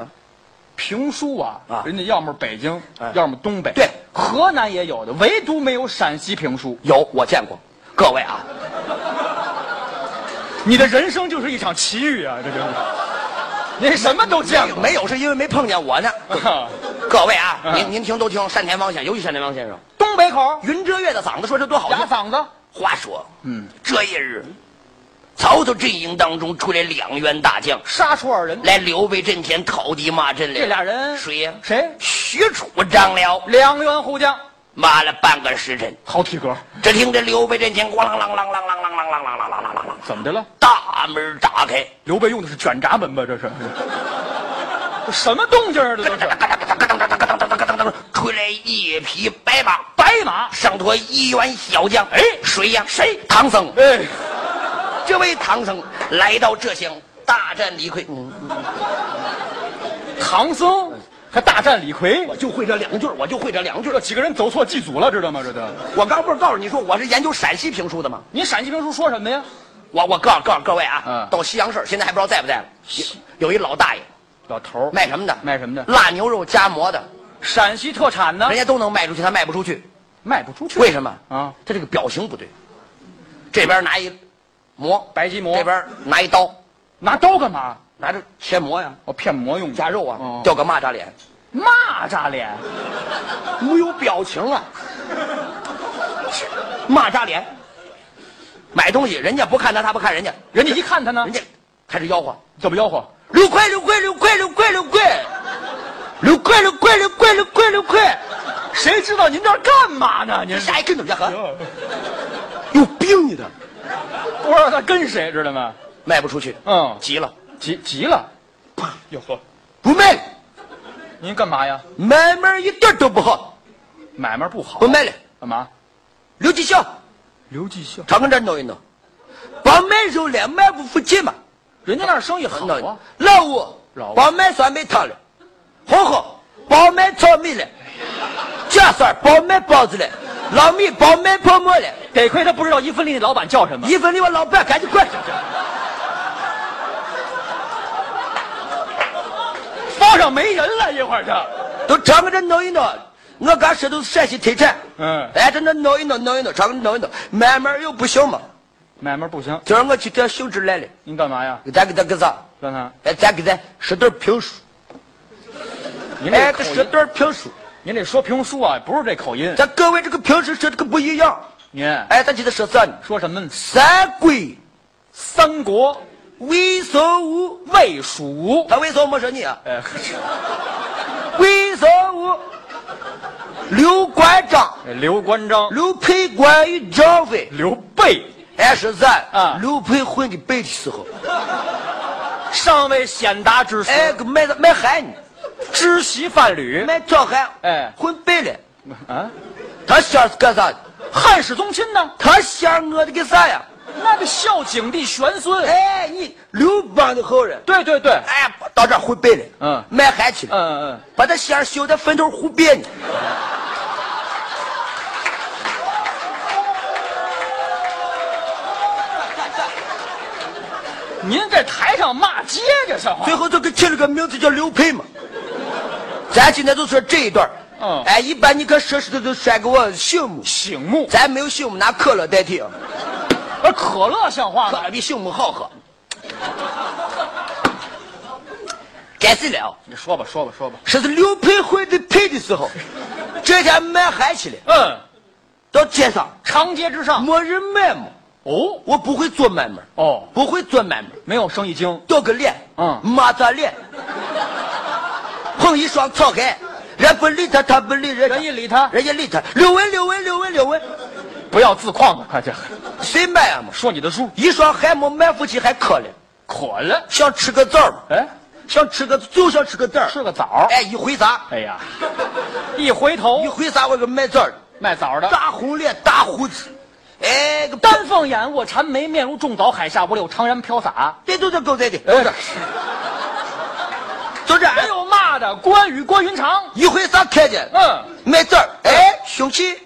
C: 评书啊，
B: 啊
C: 人家要么北京，
B: 哎
C: 要么东北，
B: 对
C: 河南也有的，唯独没有陕西评书。
B: 有，我见过。各位啊，
C: 你的人生就是一场奇遇啊，这就是。您什么都见过，
B: 没有是因为没碰见我呢。各位啊，
C: 嗯
B: 您您听都听单田芳先生，尤其单田芳先生，
C: 东北口
B: 云遮月的嗓子说这多好
C: 哑
B: 听。
C: 嗓子，
B: 话说，嗯，这一日，曹操阵营当中出来两员大将，
C: 杀出二人，
B: 来刘备阵前讨敌骂阵来。
C: 这俩人
B: 谁呀？
C: 谁？
B: 许褚、张辽，
C: 两员虎将，
B: 骂了半个时辰，
C: 好体格，
B: 只听着刘备阵前咣啷啷啷啷啷啷啷啷啷啷啷啷啷，
C: 怎么的了？
B: 大门打开，
C: 刘备用的是卷闸门吧？这是，这什么动静啊？这都是
B: 嘎 噔嘎噔嘎噔嘎噔嘎噔嘎噔，出来一匹白马。
C: 白马，
B: 上驮一员小将，哎，谁呀？谁？唐僧。
C: 哎，
B: 这位唐僧来到浙江，大战李逵。
C: 嗯唐僧还大战李逵
B: 我，就会这两句儿，我就会这两句儿。
C: 这几个人走错祭祖了，知道吗？这都。
B: 我刚不是告诉你说我是研究陕西评书的吗？
C: 您陕西评书说什么呀？
B: 我我告诉告诉各位啊，
C: 嗯
B: 到西洋市现在还不知道在不在了。有有一老大爷
C: 老头儿
B: 卖什么的？
C: 卖什么的啊
B: 腊牛肉夹馍的，
C: 陕西特产呢
B: 人，家都能卖出去，他卖不出去，
C: 卖不出去。
B: 为什么？
C: 啊，
B: 他这个表情不对。这边拿一馍，
C: 白吉馍
B: 这边拿一刀，
C: 拿刀干嘛？
B: 拿着切馍呀，
C: 哦，骗馍用的
B: 夹肉啊，
C: 哦
B: 掉个蚂蚱脸。
C: 蚂蚱脸，
B: 没有表情啊，蚂蚱脸。买东西，人家不看他，他不看人家，
C: 人家一看他呢
B: 人，家开始吆喝
C: 怎么吆喝？：“
B: 六块，六块，六块，六块，六块，六块，六块，六块，六块，六块。
C: 谁知道您这儿干嘛呢？”您
B: 这下一跟头家喝，
C: 不
B: 有病你的，
C: 知道他跟谁，知道吗？
B: 卖不出去，
C: 嗯，
B: 急了，
C: 急急了，哟呵，
B: 不卖了，
C: 您干嘛呀？
B: 买卖一点都不好，
C: 买卖不好，
B: 不卖了。
C: 干嘛？
B: 刘继孝
C: 刘继孝，
B: 常跟这儿闹一闹，光卖肉了，卖不出去嘛。
C: 人家那儿生意好
B: 那
C: 啊，
B: 老五，
C: 老五
B: 包卖酸梅汤了，红红包卖炒米了，贾三包卖包子了，老米包卖泡馍了。
C: 得亏他不知道一分利的老板叫什么。
B: 一分你我老板赶紧过来，
C: 包上没人了，一会儿就。
B: 都常跟这闹一闹。我刚说都是陕西特产，
C: 嗯
B: 哎，这那闹一闹闹一闹，常跟这闹一闹，慢慢又不行嘛。
C: 买卖不行，
B: 今儿我去调秀芝来了，
C: 您干嘛呀？
B: 给咱给咱给啥？
C: 让他，
B: 哎，咱给咱说段评书，
C: 您
B: 哎，这
C: 这口
B: 说
C: 音，
B: 段评书，
C: 您这说评书啊，不是这口音。
B: 咱各位这个评书说这个不一样。
C: 您
B: 哎，咱今天说啥呢？
C: 说什么呢？
B: 三鬼
C: 三国
B: 为什么？
C: 魏蜀，
B: 他为什么没说你啊？
C: 哎，
B: 为什么刘关张、
C: 呃刘关张、
B: 刘备、关羽、张飞，
C: 刘备
B: 俺是咱
C: 啊
B: 刘备混的背的时候，
C: 尚未显达之时，
B: 哎，个卖卖憨呢，
C: 知席范吕，
B: 卖壮汉，
C: 哎
B: 混背了。
C: 啊，
B: 他想是干啥的？
C: 汉室宗亲呢？
B: 他想我的干啥呀？
C: 那个孝景帝玄孙，
B: 哎，你刘邦的后人，
C: 对对对，
B: 哎，到这儿混背了，
C: 嗯
B: 卖憨去了，
C: 嗯嗯，
B: 把他想修的坟头胡变呢。
C: 您这台上骂街这像话
B: 最？后就给起了个名字叫刘备嘛。咱今天就说这一段
C: 嗯
B: 哎，一般你看奢侈的都甩给我醒目，
C: 醒目，
B: 咱没有醒目，拿可乐代替，
C: 啊，可乐像话
B: 可
C: 吗？
B: 乐比醒目好喝。该死了，
C: 你说吧，说吧，说吧。
B: 这是刘培辉的配的时候，这天卖嗨去了，
C: 嗯，
B: 到街上
C: 长街之上。
B: 没人买嘛，
C: 哦
B: 我不会做买卖，
C: 哦，
B: 不会做买卖，
C: 没有生意经。
B: 掉个脸，
C: 嗯
B: 抹着脸，捧一双草鞋，人不理他，他不理人家，
C: 人一理他
B: 人家理他，六文六文六文六文，
C: 不要自框了，快点
B: 谁买啊嘛？
C: 说你的数。
B: 一双还没卖出去，还渴了，
C: 可乐，
B: 想吃个枣嘛，
C: 哎，
B: 想吃个就想吃个枣，
C: 吃个枣儿。
B: 哎，一回啥？
C: 哎呀，一回头
B: 一回啥？我个卖枣的，
C: 卖枣的。
B: 大红脸，大胡子，哎，个
C: 丹凤眼，我缠眉，面如重枣，海下我柳，长髯飘洒。
B: 这都是狗仔的，
C: 哎呀，
B: 就这哎样。
C: 还有哎骂的关羽、关云长。
B: 一回啥看见？
C: 嗯，
B: 卖枣儿，哎，凶器，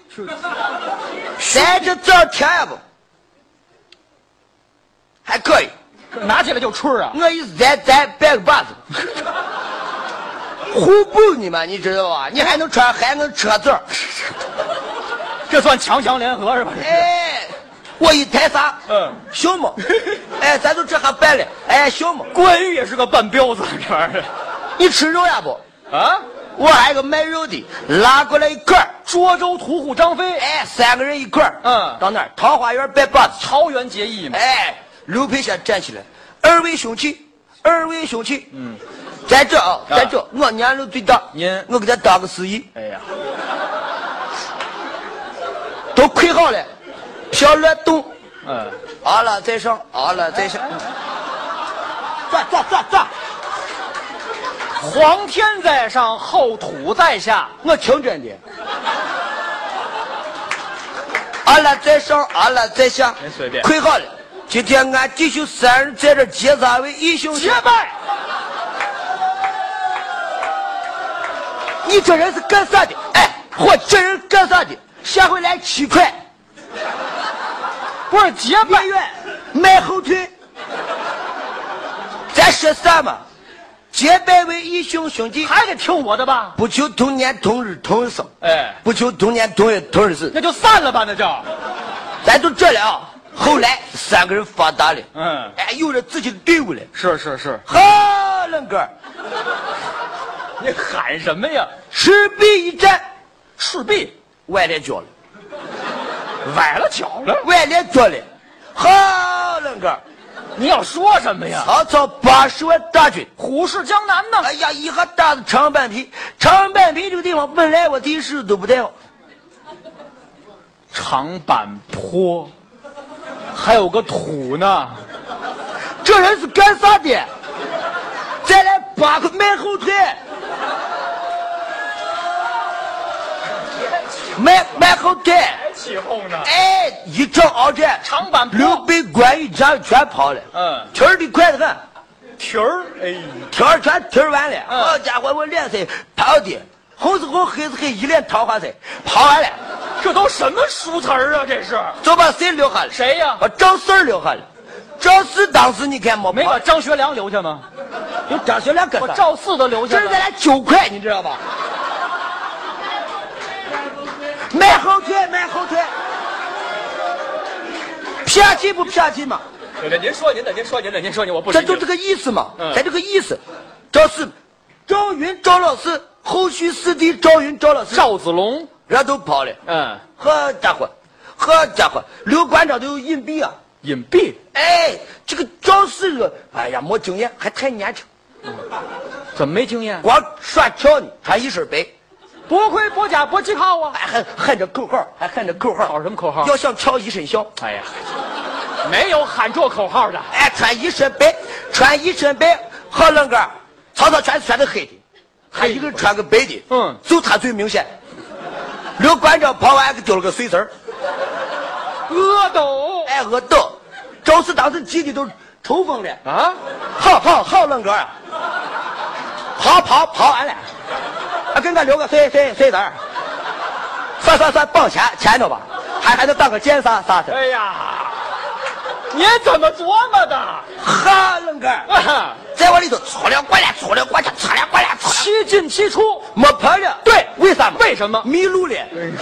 B: 咱这枣儿甜呀不？还可以，
C: 拿起来就吃啊。
B: 我一咱咱掰个 把子，互补你嘛，你知道吧？你还能吃，还能吃枣儿，
C: 这算强强联合是吧？
B: 哎，我一抬啥？
C: 嗯
B: 行 吗？哎，咱都这还掰了，哎，行吗？
C: 关羽也是个半彪子，这玩意儿。
B: 你吃肉呀不？
C: 啊，
B: 我还有个卖肉的，拉过来一块儿，
C: 涿州屠户张飞，
B: 哎，三个人一块儿，
C: 嗯
B: 到那儿桃花源掰把子。
C: 桃园结义嘛。
B: 哎，刘培先站起来，二位兄弟，二位兄弟，嗯，在这啊，在这，我年龄最大，
C: 您
B: 我给他当个司仪，
C: 哎呀，
B: 都跪好了，飘乱动，
C: 嗯，
B: 啊了再上，啊了再上，转转转转，
C: 皇天在上，后土在下。
B: 我听真的。啊了再上，啊了再下
C: 您随，便
B: 跪好了。今天俺弟兄三人在这结咱为义兄弟
C: 结，拜。
B: 你这人是干啥的？哎，我这人干啥的？下回来七块。
C: 不是结拜
B: 别远，迈后退。咱说啥嘛？结拜为义兄兄弟，
C: 还得听我的吧？
B: 不求同年同日同生，
C: 哎
B: 不求同年同月同日 死。
C: 那就散了吧，那就。
B: 咱就这了啊。后来三个人发达了，
C: 嗯
B: 哎，有了自己的队伍了。
C: 是是是，
B: 好，冷哥，
C: 你喊什么呀？
B: 赤壁一战，
C: 赤壁
B: 崴了脚了，
C: 崴了脚了。
B: 崴了脚了。好，冷哥，
C: 你要说什么呀？
B: 曹操八十万大军
C: 虎视江南呢。
B: 哎呀，一下打到长坂皮，长坂皮这个地方本来我地势都不太好，
C: 长坂坡，还有个土呢。
B: 这人是干啥的？再来八个迈后退，迈迈后退，
C: 还起哄呢
B: 哎，一仗鏖战，
C: 长坂坡
B: 刘备、关羽、张全跑了，
C: 嗯
B: 蹄儿的快得很，
C: 蹄儿，哎，
B: 蹄儿全蹄儿完了，
C: 嗯
B: 好家伙，我脸色跑的，红是红，黑是黑，一脸桃花色，跑完了，
C: 这都什么书词儿啊？这是
B: 就把谁留下了？
C: 谁呀
B: 把赵四儿留下了。赵四当时你看没
C: 没
B: 跑
C: 把张学良留下吗？
B: 有张学良跟
C: 把
B: 上，
C: 赵四都留
B: 这
C: 下
B: 是咱
C: 了。
B: 俩九块，你知道吧？迈后退，迈后退，偏激不偏激嘛？
C: 您说您的，您说您的，您说您，我不
B: 咱就这个意思嘛，
C: 嗯
B: 咱这个意思。赵四，赵云、赵老四，后续四弟赵云、赵老四，
C: 赵子龙，
B: 人都跑了。
C: 嗯，
B: 好家伙，好家伙，刘关张都有隐蔽啊！
C: 隐蔽，
B: 哎，这个赵四个，哎呀，没经验，还太年轻，
C: 怎么没经验？啊
B: 光耍跳呢，穿一身白。
C: 薄盔薄甲薄气靠啊！
B: 哎还喊喊着口号，还喊着口号，
C: 喊什么口号
B: 要想跳一身笑，
C: 哎呀，没有喊这口号的。
B: 哎，穿一身白，穿一身白，好冷哥，曹操全是穿的黑的，还一个人穿个白的，
C: 哎嗯
B: 就他最明显。刘关张跑完给丢了个碎子儿，
C: 阿斗
B: 哎，我倒，赵四当时急的都抽风了，
C: 啊，
B: 好好好，冷哥，跑跑跑完了，啊，给俺留个碎碎碎子儿，算算算，绑前前头吧，还还能当个奸杀杀的，
C: 哎呀，您怎么琢磨的？
B: 哈，冷哥。
C: 啊
B: 在我里头搓了过来，搓了过去，搓了过来，搓了。
C: 七进七出，
B: 没朋友。
C: 对
B: 为啥嘛？
C: 为什么
B: 迷路了。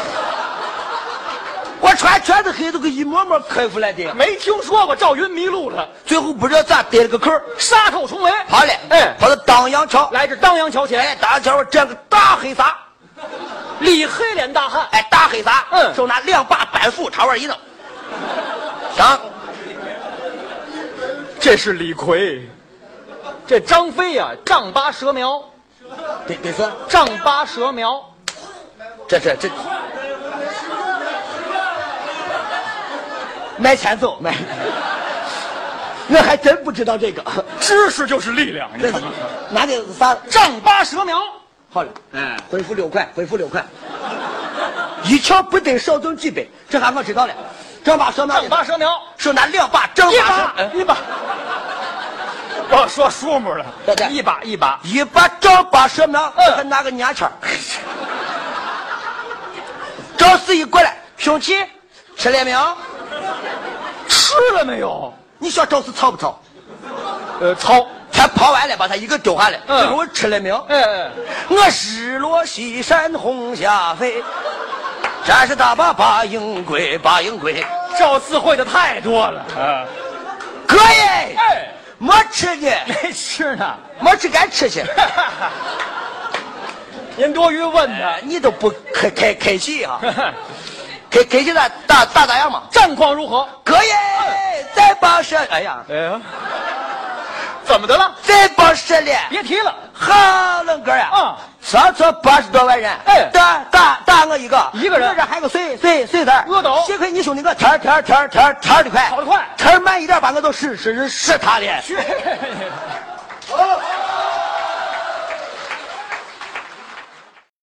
B: 我船全是黑的，跟一模模开出来的，
C: 没听说过赵云迷路了，
B: 最后不知道咋逮了个扣儿
C: 杀寇重围。
B: 好嘞，
C: 哎
B: 跑到当阳桥，
C: 来至当阳桥前，
B: 哎，当阳桥我站个大黑撒，
C: 立黑脸大汉，
B: 哎，大黑撒，
C: 嗯
B: 手拿两把板斧朝外一扔，行，
C: 这是李逵，这张飞呀、丈八蛇苗，
B: 得得是，
C: 丈八蛇苗，
B: 这这这，买前走买，我还真不知道这个，
C: 知识就是力量，你
B: 这
C: 知
B: 是
C: 道吗？
B: 拿的是啥？
C: 丈八蛇苗，
B: 好了，
C: 哎
B: 回复六块，回复六块，一窍不得少挣几百，这还我知道了。丈八蛇苗，
C: 丈八蛇苗，
B: 手拿两把丈
C: 一
B: 八蛇，
C: 把一把，我说数目了
B: 对对，
C: 一把一把，
B: 一把丈八蛇苗，
C: 嗯
B: 还拿个牙签儿。赵四一过来，兄弟，吃了没有？
C: 吃了没有？
B: 你说赵四操不操？
C: 呃，操，
B: 全刨完了，把他一个丢下来。
C: 嗯
B: 最后我吃了没有？
C: 哎哎，
B: 我失落西山红霞飞，战士打把八英归，八英归。
C: 赵四会的太多了，啊，
B: 可以，
C: 哎
B: 没吃呢，
C: 没吃哎呢，
B: 没吃敢吃 去。
C: 您多余问他。
B: 你都不开开开气啊？开开气咋咋咋咋样嘛？
C: 战况如何？
B: 可以，再帮射。哎呀，
C: 哎呀，怎么的了？
B: 再帮射了。
C: 别提了，
B: 好冷哥呀！
C: 嗯
B: 上车八十多万人，
C: 哎
B: 打打打我一个，
C: 一个人
B: 我这还有个碎碎碎子儿
C: 饿倒
B: 幸亏你兄弟我天儿天儿天儿天儿天儿的快，
C: 跑得快
B: 天儿慢一点把我都使使使他了。
C: 去，